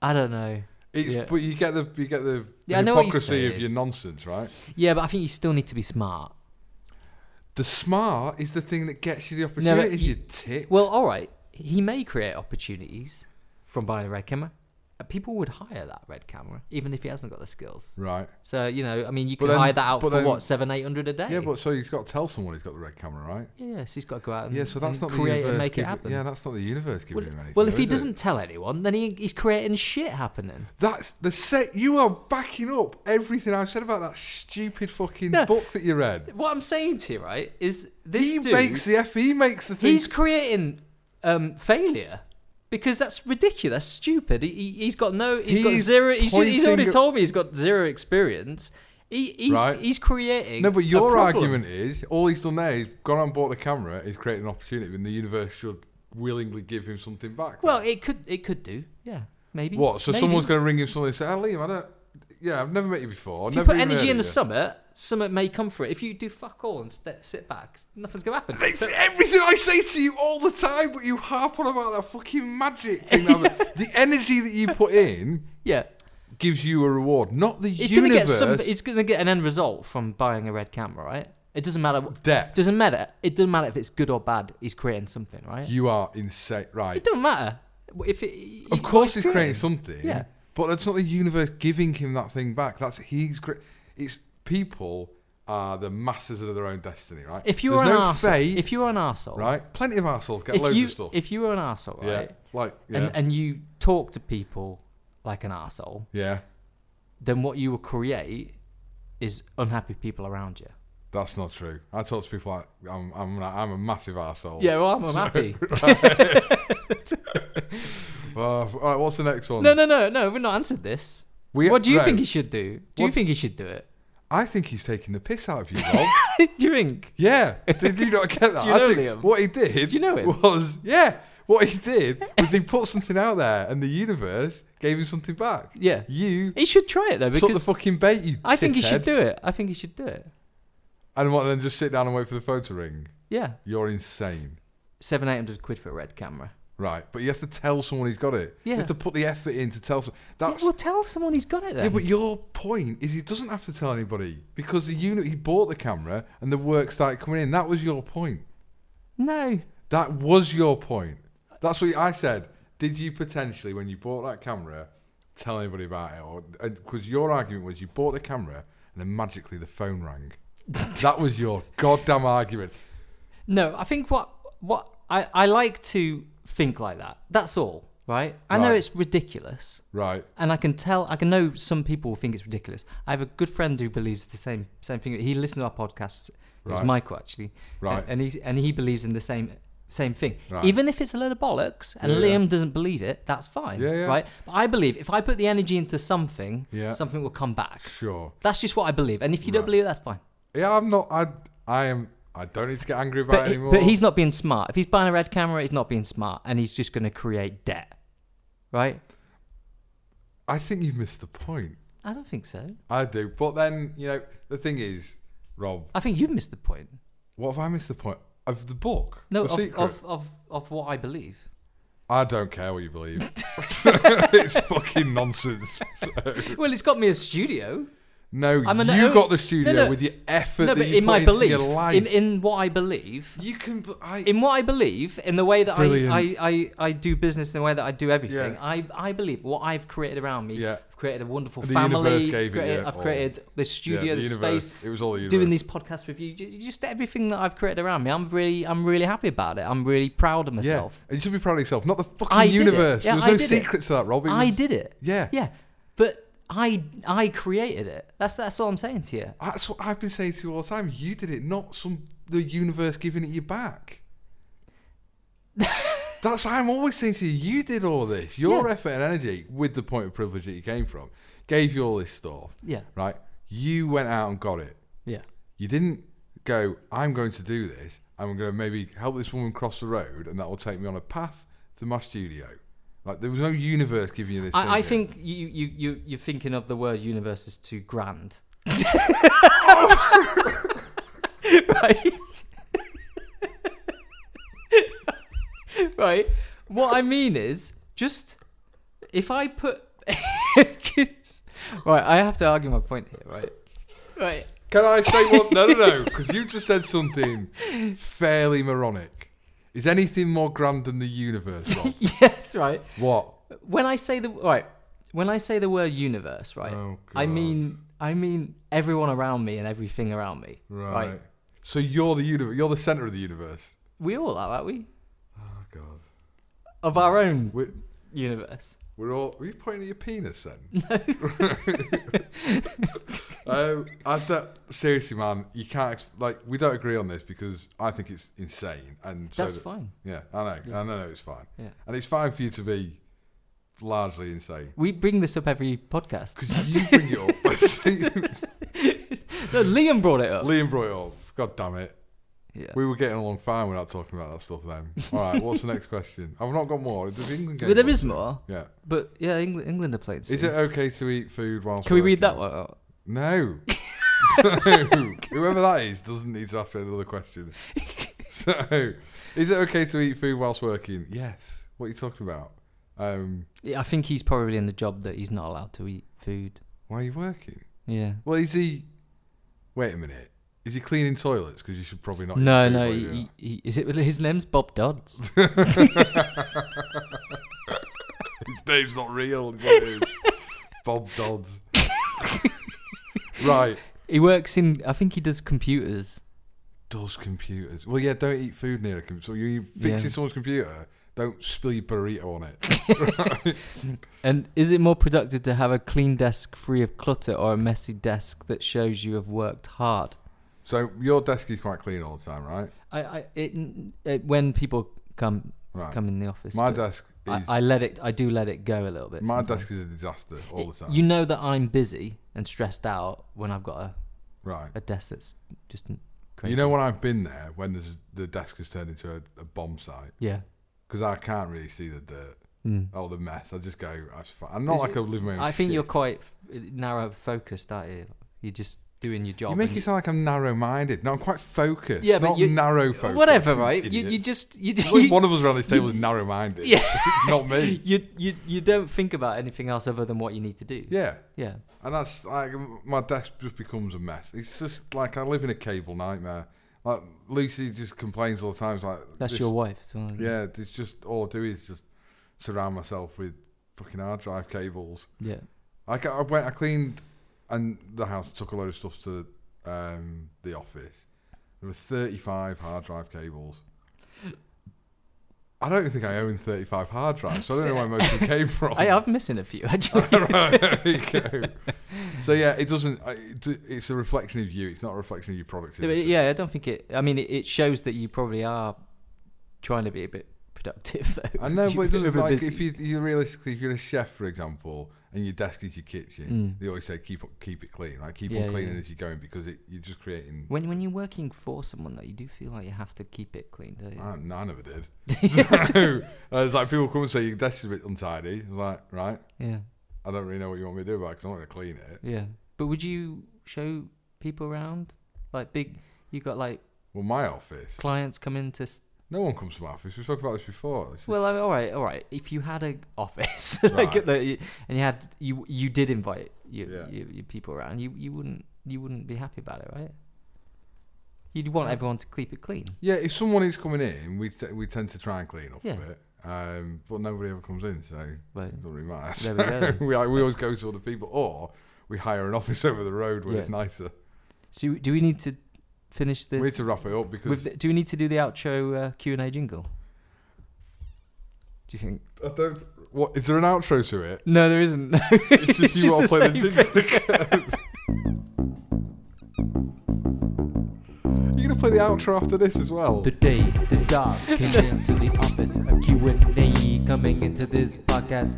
Speaker 1: I don't know.
Speaker 2: It's
Speaker 1: Yeah.
Speaker 2: but you get the you get the,
Speaker 1: Yeah,
Speaker 2: the
Speaker 1: I know what you're
Speaker 2: hypocrisy of
Speaker 1: saying.
Speaker 2: your nonsense, right?
Speaker 1: Yeah, but I think you still need to be smart.
Speaker 2: The smart is the thing that gets you the
Speaker 1: No, but
Speaker 2: opportunity.
Speaker 1: you-
Speaker 2: you, tit.
Speaker 1: Well, all right. He may create opportunities from buying a red camera. Uh, People would hire that red camera, even if he hasn't got the skills.
Speaker 2: right.
Speaker 1: So you know, I mean, you
Speaker 2: But
Speaker 1: can
Speaker 2: then-
Speaker 1: hire that out
Speaker 2: but
Speaker 1: for
Speaker 2: then-
Speaker 1: what seven, eight hundred a day.
Speaker 2: Yeah, but so he's got to tell someone he's got the red camera, right?
Speaker 1: yes, he's got to go out and,
Speaker 2: Yeah, so that's
Speaker 1: and
Speaker 2: not the
Speaker 1: create
Speaker 2: universe.
Speaker 1: and make it
Speaker 2: giving-
Speaker 1: happen.
Speaker 2: Yeah, that's not the universe giving
Speaker 1: well,
Speaker 2: him anything.
Speaker 1: well, if
Speaker 2: though,
Speaker 1: he
Speaker 2: is it?
Speaker 1: doesn't tell anyone, then he, he's creating shit happening.
Speaker 2: that's the set. You are backing up everything I've said about that stupid fucking
Speaker 1: No.
Speaker 2: book that you read.
Speaker 1: What I'm saying to you, right, is this
Speaker 2: he
Speaker 1: dude,
Speaker 2: makes the f. He makes the thing.
Speaker 1: he's creating um, failure. Because that's ridiculous, stupid. He, he, he's got no, he's got
Speaker 2: He's
Speaker 1: zero. He's, he's already
Speaker 2: pointing at-
Speaker 1: told me he's got zero experience. He, he's,
Speaker 2: Right.
Speaker 1: he's creating.
Speaker 2: No,
Speaker 1: a
Speaker 2: but your
Speaker 1: problem.
Speaker 2: argument is all he's done there is gone and bought a camera. He's created an opportunity, and the universe should willingly give him something back.
Speaker 1: Well, it could, it could do. Yeah, maybe.
Speaker 2: What? So
Speaker 1: Maybe.
Speaker 2: someone's going to ring him something and say, "Ah, Liam, I don't. Yeah, I've never met you before. I've
Speaker 1: If you
Speaker 2: never
Speaker 1: put
Speaker 2: even
Speaker 1: energy
Speaker 2: heard
Speaker 1: in the
Speaker 2: of you."
Speaker 1: summit, summit may come for it. If you do fuck all and st- sit back, nothing's gonna happen.
Speaker 2: It's everything I say to you all the time, but you harp on about that fucking magic thing. that happened. the energy that you put in
Speaker 1: yeah,
Speaker 2: gives you a reward, not the
Speaker 1: it's gonna get
Speaker 2: universe.
Speaker 1: some. It's gonna get an end result from buying a red camera, right? It doesn't matter. what-
Speaker 2: debt.
Speaker 1: Doesn't matter. It doesn't matter if it's good or bad. He's creating something, right?
Speaker 2: You are insane, right?
Speaker 1: it doesn't matter if it.
Speaker 2: Of course, he's creating something.
Speaker 1: Yeah.
Speaker 2: But it's not the universe giving him that thing back. That's he's. Cre- it's people are the masters of their own destiny, right?
Speaker 1: If you were
Speaker 2: There's
Speaker 1: an
Speaker 2: no
Speaker 1: arsehole,
Speaker 2: fate,
Speaker 1: if you were an arsehole,
Speaker 2: right? Plenty of assholes get
Speaker 1: If
Speaker 2: loads
Speaker 1: you
Speaker 2: of stuff.
Speaker 1: if you were an arsehole,
Speaker 2: yeah,
Speaker 1: right,
Speaker 2: like yeah,
Speaker 1: and and you talk to people like an arsehole,
Speaker 2: yeah.
Speaker 1: then what you will create is unhappy people around you.
Speaker 2: That's not true. I talk to people like I'm. I'm, like, I'm a massive asshole.
Speaker 1: Yeah, well, I'm unhappy.
Speaker 2: all Uh, right. What's the next one?
Speaker 1: no, no, no, no. We've not answered this.
Speaker 2: We-
Speaker 1: what do you
Speaker 2: no.
Speaker 1: think he should do? Do you
Speaker 2: What-
Speaker 1: think he should do it?
Speaker 2: I think he's taking the piss out of you, Rob.
Speaker 1: do you think?
Speaker 2: yeah. Did you not get that?
Speaker 1: Do you
Speaker 2: I
Speaker 1: know
Speaker 2: think
Speaker 1: Liam?
Speaker 2: what he did.
Speaker 1: Do you know him?
Speaker 2: Was yeah. What he did was he put something out there, and the universe gave him something back.
Speaker 1: Yeah.
Speaker 2: You
Speaker 1: He should try it though
Speaker 2: took the
Speaker 1: because
Speaker 2: fucking bait. You
Speaker 1: I think he should
Speaker 2: tithead.
Speaker 1: do it. I think he should do it.
Speaker 2: And what? Then just sit down and wait for the phone to ring.
Speaker 1: Yeah,
Speaker 2: You're insane.
Speaker 1: seven eight hundred quid for a red camera.
Speaker 2: Right, but you have to tell someone he's got it. You
Speaker 1: Yeah.
Speaker 2: have to put the effort in to tell someone.
Speaker 1: Well,
Speaker 2: That's
Speaker 1: well, tell someone he's got it then.
Speaker 2: Yeah, but your point is he doesn't have to tell anybody because the unit he bought the camera and the work started coming in. That was your point.
Speaker 1: no,
Speaker 2: That was your point. That's what I said. Did you potentially, when you bought that camera, tell anybody about it? Or because your argument was you bought the camera and then magically the phone rang. that was your goddamn argument.
Speaker 1: no. I think what what I I like to think like that. That's all, right? I know
Speaker 2: Right.
Speaker 1: it's ridiculous,
Speaker 2: Right.
Speaker 1: and I can tell. I can know some people think it's ridiculous. I have a good friend who believes the same same thing. He listens to our podcasts. It's
Speaker 2: Right.
Speaker 1: Michael actually,
Speaker 2: Right.
Speaker 1: And, and he and he believes in the same same thing.
Speaker 2: Right.
Speaker 1: Even if it's a load of bollocks, and
Speaker 2: Yeah, yeah.
Speaker 1: Liam doesn't believe it, that's fine,
Speaker 2: Yeah, yeah.
Speaker 1: right? But I believe if I put the energy into something,
Speaker 2: Yeah.
Speaker 1: something will come back.
Speaker 2: Sure.
Speaker 1: That's just what I believe. And if you don't
Speaker 2: Right.
Speaker 1: believe it, that's fine.
Speaker 2: Yeah, I'm not. I. I am. I don't need to get angry about
Speaker 1: But,
Speaker 2: it
Speaker 1: he-
Speaker 2: anymore.
Speaker 1: but he's not being smart. If he's buying a red camera, he's not being smart, and he's just going to create debt, right?
Speaker 2: I think you've missed the point.
Speaker 1: I don't think so.
Speaker 2: I do. But then, you know, the thing is, Rob,
Speaker 1: I think you've missed the point.
Speaker 2: what have I missed the point of the book?
Speaker 1: No,
Speaker 2: the
Speaker 1: of,
Speaker 2: secret.
Speaker 1: of, of of what I believe.
Speaker 2: I don't care what you believe. it's fucking nonsense.
Speaker 1: Well, it's got me a studio.
Speaker 2: No,
Speaker 1: I'm an-
Speaker 2: you
Speaker 1: oh,
Speaker 2: got the studio
Speaker 1: no, no.
Speaker 2: with your effort
Speaker 1: no,
Speaker 2: that
Speaker 1: but
Speaker 2: you
Speaker 1: in
Speaker 2: put
Speaker 1: my
Speaker 2: into
Speaker 1: belief,
Speaker 2: your life.
Speaker 1: in, in what I believe,
Speaker 2: you can. bl- I,
Speaker 1: in what I believe, in the way that I,
Speaker 2: Brilliant.
Speaker 1: I, I, I do business, in the way that I do everything,
Speaker 2: Yeah.
Speaker 1: I, I believe what I've created around me.
Speaker 2: Yeah.
Speaker 1: I've created a wonderful
Speaker 2: The
Speaker 1: family.
Speaker 2: universe gave it
Speaker 1: created-
Speaker 2: you
Speaker 1: I've
Speaker 2: all.
Speaker 1: created this
Speaker 2: yeah,
Speaker 1: studio,
Speaker 2: the
Speaker 1: this
Speaker 2: universe.
Speaker 1: space.
Speaker 2: It was all the universe.
Speaker 1: Doing these podcasts with you, ju- just everything that I've created around me, I'm really, I'm really happy about it. I'm really proud of
Speaker 2: Yeah,
Speaker 1: myself.
Speaker 2: and you should be proud of yourself, not the fucking
Speaker 1: I did it.
Speaker 2: universe.
Speaker 1: Yeah,
Speaker 2: There's
Speaker 1: I
Speaker 2: no
Speaker 1: did it.
Speaker 2: secrets to that, Rob. It
Speaker 1: I
Speaker 2: was-
Speaker 1: did it.
Speaker 2: Yeah.
Speaker 1: yeah, but I, I created it. That's that's what I'm saying to you.
Speaker 2: That's what I've been saying to you all the time. You did it, not some the universe giving it you back. That's I'm always saying to you, you did all this. Your effort and energy, with the point of privilege that you came from, gave you all this stuff.
Speaker 1: Yeah.
Speaker 2: Right? You went out and got it.
Speaker 1: Yeah.
Speaker 2: You didn't go, I'm going to do this. I'm going to maybe help this woman cross the road and that will take me on a path to my studio. Like, there was no universe giving you this.
Speaker 1: I, I
Speaker 2: thing.
Speaker 1: think you, you, you, you're thinking of the word universe as too grand. right? right? What I mean is, just if I put. 'Cause- right, I have to argue my point here, right? Right.
Speaker 2: Can I say one? No, no, no. Because you just said something fairly moronic. Is anything more grand than the universe? Rob?
Speaker 1: Yes, right.
Speaker 2: what?
Speaker 1: When I say the. Right. When I say the word universe, right?
Speaker 2: Oh,
Speaker 1: I
Speaker 2: God.
Speaker 1: mean. I mean everyone around me and everything around me.
Speaker 2: Right. So you're the universe. You're the center of the universe.
Speaker 1: We all are, aren't we?
Speaker 2: Oh God.
Speaker 1: Of our own
Speaker 2: We're,
Speaker 1: universe.
Speaker 2: we're all. Were you pointing at your penis then? um, I don't, seriously, man, you can't. ex- Like, we don't agree on this because I think it's insane. And so
Speaker 1: That's
Speaker 2: that-
Speaker 1: fine.
Speaker 2: Yeah, I know. I know it's fine.
Speaker 1: Yeah.
Speaker 2: And it's fine for you to be largely insane.
Speaker 1: We bring this up every podcast.
Speaker 2: Because you bring it up. I see-
Speaker 1: No, Liam brought it up.
Speaker 2: Liam brought it up. God damn it.
Speaker 1: yeah.
Speaker 2: We were getting along fine without talking about that stuff then. All right, what's the next question? I've not got more. Does England game
Speaker 1: But there
Speaker 2: go
Speaker 1: is
Speaker 2: on?
Speaker 1: more.
Speaker 2: Yeah.
Speaker 1: But yeah, England, England are playing.
Speaker 2: Is it
Speaker 1: soon.
Speaker 2: okay to eat food whilst
Speaker 1: Can we read that
Speaker 2: working?
Speaker 1: one out?
Speaker 2: No. no. Whoever that is doesn't need to ask another question. So, is it okay to eat food whilst working? Yes. What are you talking about? Um,
Speaker 1: Yeah, I think he's probably in the job that he's not allowed to eat food.
Speaker 2: why are you working?
Speaker 1: Yeah.
Speaker 2: Well, is he. Wait a minute. Is he cleaning toilets? Because you should probably not. eat
Speaker 1: No,
Speaker 2: food
Speaker 1: no.
Speaker 2: while you're doing
Speaker 1: He, he, is it his name's Bob Dodds?
Speaker 2: His name's not real. It's what it is. Bob Dodds. right.
Speaker 1: he works in. I think he does computers.
Speaker 2: Does computers? Well, yeah. Don't eat food near a computer. So you're fixing
Speaker 1: Yeah.
Speaker 2: someone's computer. Don't spill your burrito on it.
Speaker 1: And is it more productive to have a clean desk free of clutter or a messy desk that shows you have worked hard?
Speaker 2: So your desk is quite clean all the time, right?
Speaker 1: I, I it, it when people come
Speaker 2: Right.
Speaker 1: come in the office.
Speaker 2: my
Speaker 1: but-
Speaker 2: desk
Speaker 1: I,
Speaker 2: is
Speaker 1: I let it. I do let it go a little bit.
Speaker 2: my
Speaker 1: sometimes.
Speaker 2: desk is a disaster all the time.
Speaker 1: You know that I'm busy and stressed out when I've got a,
Speaker 2: right.
Speaker 1: a desk that's just n- crazy.
Speaker 2: You know when I've been there when there's, the desk has turned into a, a bomb site
Speaker 1: Yeah.
Speaker 2: because I can't really see the dirt,
Speaker 1: Mm.
Speaker 2: all the mess. I just go. That's fine. I'm not
Speaker 1: Is
Speaker 2: like
Speaker 1: it-
Speaker 2: I live my own
Speaker 1: I think you're
Speaker 2: shit.
Speaker 1: quite f- narrow focused, aren't you? You're just doing your job.
Speaker 2: You make
Speaker 1: and
Speaker 2: it sound like I'm narrow-minded. No, I'm quite focused.
Speaker 1: Yeah,
Speaker 2: Yeah,
Speaker 1: but
Speaker 2: not
Speaker 1: you-
Speaker 2: narrow focused.
Speaker 1: whatever, right? You,
Speaker 2: idiots.
Speaker 1: you just you, d-
Speaker 2: Only
Speaker 1: you,
Speaker 2: one of us around this table is narrow-minded.
Speaker 1: Yeah.
Speaker 2: not me.
Speaker 1: you you you don't think about anything else other than what you need to do.
Speaker 2: Yeah,
Speaker 1: Yeah.
Speaker 2: and that's like my desk just becomes a mess. It's just like I live in a cable nightmare. Like Lucy just complains all the time. It's like
Speaker 1: That's
Speaker 2: this-
Speaker 1: your wife as well. isn't it?
Speaker 2: Yeah, it's just all I do is just surround myself with fucking hard drive cables.
Speaker 1: Yeah.
Speaker 2: I ca- I went I cleaned and the house took a load of stuff to um, the office. There were thirty five hard drive cables. I don't think I own thirty five hard drives, so I don't know where most of them came from.
Speaker 1: I, I'm missing a few actually.
Speaker 2: Right, there you go. So yeah, it doesn't. I- it- It's a reflection of you. It's not a reflection of your
Speaker 1: Yeah, but
Speaker 2: productivity.
Speaker 1: yeah, I don't think it. I mean, it, it shows that you probably are trying to be a bit productive, though.
Speaker 2: I know, but it doesn't.
Speaker 1: You're
Speaker 2: Like,
Speaker 1: busy.
Speaker 2: if you, you realistically, if you're a chef, for example, and your desk is your kitchen,
Speaker 1: Mm.
Speaker 2: they always say keep keep it clean. Like keep
Speaker 1: Yeah,
Speaker 2: on
Speaker 1: yeah,
Speaker 2: cleaning
Speaker 1: yeah.
Speaker 2: as you're going because it, you're just creating.
Speaker 1: when when you're working for someone, though, you do feel like you have to keep it clean, don't you?
Speaker 2: I, no, I never did. no. Uh, It's like people come and say your desk is a bit untidy. I'm like, right,
Speaker 1: yeah,
Speaker 2: I don't really know what you want me to do about because I'm not going to clean it.
Speaker 1: yeah. But would you show people around? Like big, you got like
Speaker 2: Well, my office.
Speaker 1: clients come in to. s
Speaker 2: No one comes to my office. We've talked about this before. It's just-
Speaker 1: well, I mean, all right, all right. If you had an office, like
Speaker 2: Right.
Speaker 1: that you- and you had you you did invite your,
Speaker 2: Yeah.
Speaker 1: your, your people around, you you wouldn't you wouldn't be happy about it, right? You'd want everyone to keep it clean.
Speaker 2: Yeah, if someone is coming in, we t- we tend to try and clean up
Speaker 1: Yeah.
Speaker 2: a bit. Um, but nobody ever comes in, so it
Speaker 1: Right.
Speaker 2: doesn't really matter.
Speaker 1: There we go.
Speaker 2: we, we always go to other people, or we hire an office over the road where it's
Speaker 1: Yeah.
Speaker 2: nicer.
Speaker 1: So do we need to finish the?
Speaker 2: we need to wrap it up
Speaker 1: with
Speaker 2: because
Speaker 1: the do we need to do the outro uh, Q and A jingle? Do you think?
Speaker 2: I don't. What is there an outro to it?
Speaker 1: No, there isn't.
Speaker 2: It's just you all
Speaker 1: the
Speaker 2: playing
Speaker 1: same
Speaker 2: the jingle. You're gonna play the outro after this as well?
Speaker 3: Today, the dog came into the office. A Q&A coming into this podcast.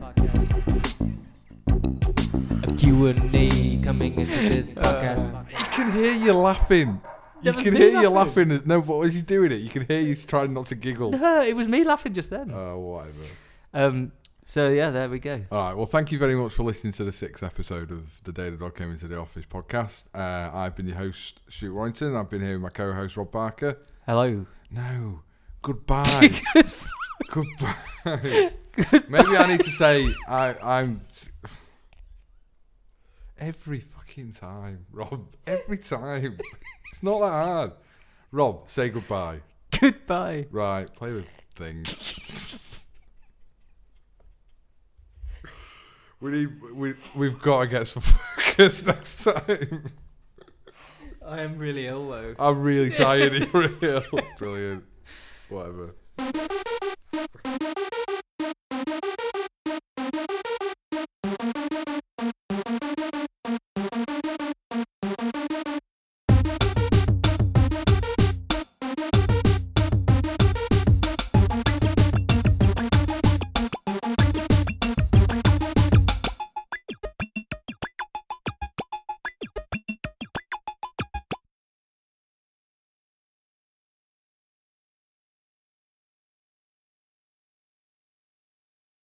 Speaker 3: A Q&A coming into this
Speaker 1: Uh,
Speaker 3: podcast.
Speaker 2: You can hear you laughing. You
Speaker 1: That was
Speaker 2: can
Speaker 1: me
Speaker 2: hear you laughing. as- No, but as you're doing it, you can hear you trying not to giggle.
Speaker 1: No, it was me laughing just then.
Speaker 2: Oh, whatever.
Speaker 1: Um, so yeah, there we go.
Speaker 2: All right. Well, thank you very much for listening to the sixth episode of the Day the Dog Came into the Office podcast. Uh, I've been your host, Stu Warrington. I've been here with my co-host Rob Barker.
Speaker 1: Hello.
Speaker 2: No, goodbye. goodbye. Maybe I need to say I, I'm every fucking time, Rob. Every time. It's not that hard. Rob, say goodbye.
Speaker 1: Goodbye.
Speaker 2: Right, play the thing. we need we we've got to get some focus next time.
Speaker 1: I am really ill though.
Speaker 2: I'm really tired. You're real. Brilliant. Whatever.